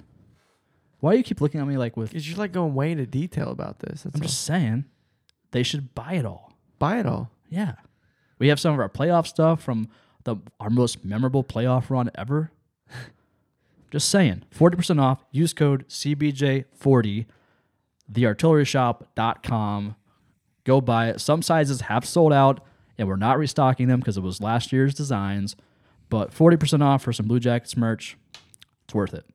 Speaker 1: Why do you keep looking at me like with?
Speaker 2: Cause you're like going way into detail about this. That's
Speaker 1: I'm
Speaker 2: all.
Speaker 1: just saying, they should buy it all.
Speaker 2: buy it all.
Speaker 1: Yeah, we have some of our playoff stuff from the our most memorable playoff run ever. just saying, forty percent off. Use code CBJ40, theartilleryshop.com. Go buy it. Some sizes have sold out, and we're not restocking them because it was last year's designs. But forty percent off for some Blue Jackets merch. It's worth it.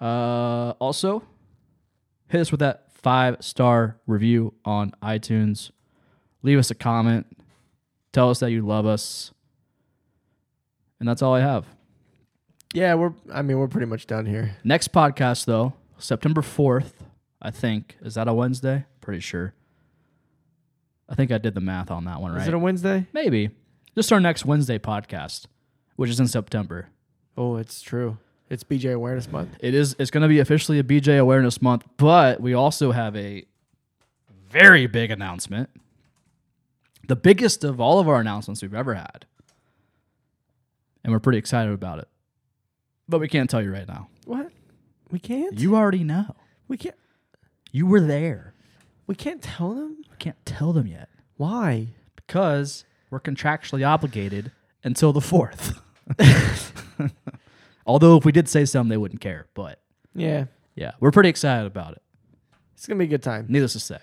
Speaker 1: Uh, also, hit us with that five star review on iTunes leave us a comment, tell us that you love us, and that's all I have.
Speaker 2: Yeah, we're. I mean, we're pretty much done here.
Speaker 1: Next podcast though, September fourth, I think. Is that a Wednesday? Pretty sure. I think I did the math on that one, right?
Speaker 2: Is it a Wednesday?
Speaker 1: Maybe. Just our next Wednesday podcast, which is in September.
Speaker 2: Oh, it's true. It's BJ Awareness Month.
Speaker 1: It is it's gonna be officially a BJ Awareness Month, but we also have a very big announcement. The biggest of all of our announcements we've ever had. And we're pretty excited about it. But we can't tell you right now.
Speaker 2: What? We can't.
Speaker 1: You already know.
Speaker 2: we can't.
Speaker 1: You were there.
Speaker 2: We can't tell them
Speaker 1: We can't tell them yet.
Speaker 2: why.
Speaker 1: Because we're contractually obligated until the fourth. Although if we did say something, they wouldn't care. But
Speaker 2: Yeah,
Speaker 1: yeah, we're pretty excited about it.
Speaker 2: it's gonna be a good time.
Speaker 1: needless to say.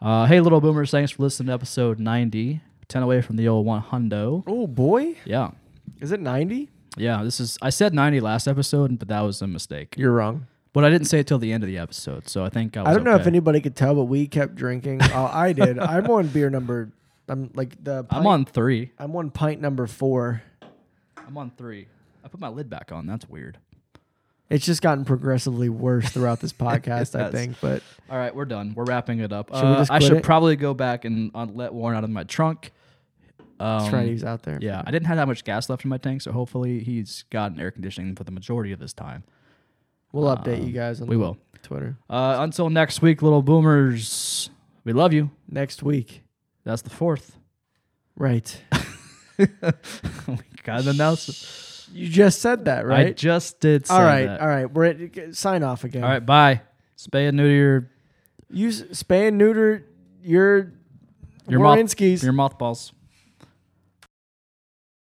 Speaker 1: Uh, hey, little boomers, thanks for listening to episode 90, 10 away from the old one hundo.
Speaker 2: Oh boy,
Speaker 1: Yeah.
Speaker 2: is it ninety?
Speaker 1: Yeah, this is, I said 90 last episode, but that was a mistake.
Speaker 2: You're wrong.
Speaker 1: But I didn't say it till the end of the episode, so I think I was
Speaker 2: I don't know if
Speaker 1: okay.
Speaker 2: anybody could tell, but we kept drinking. oh, I did. I'm on beer number. I'm like the.
Speaker 1: I'm
Speaker 2: pint-
Speaker 1: on three.
Speaker 2: I'm on pint number four.
Speaker 1: I'm on three. I put my lid back on. That's weird.
Speaker 2: It's just gotten progressively worse throughout this podcast, I
Speaker 1: has.
Speaker 2: think. But
Speaker 1: All right, we're done. We're wrapping it up.
Speaker 2: we
Speaker 1: Uh,
Speaker 2: just
Speaker 1: I
Speaker 2: quit
Speaker 1: should
Speaker 2: it?
Speaker 1: probably go back and uh, let Warren out of my trunk. Um,
Speaker 2: Freddy's out there.
Speaker 1: Yeah, I didn't have that much gas left in my tank, so hopefully he's gotten air conditioning for the majority of this time.
Speaker 2: we'll update you guys on
Speaker 1: We will.
Speaker 2: Twitter
Speaker 1: Uh, until next week, little boomers, we love you.
Speaker 2: next week.
Speaker 1: That's the fourth.
Speaker 2: Right.
Speaker 1: we got an announcement.
Speaker 2: You just said that,
Speaker 1: I
Speaker 2: right?
Speaker 1: just did. Say
Speaker 2: all right,
Speaker 1: that.
Speaker 2: all right. We're at, sign off again.
Speaker 1: All right, Bye. Spay and neuter your
Speaker 2: Use spay and neuter your
Speaker 1: your
Speaker 2: Warrenskis.
Speaker 1: moth your mothballs.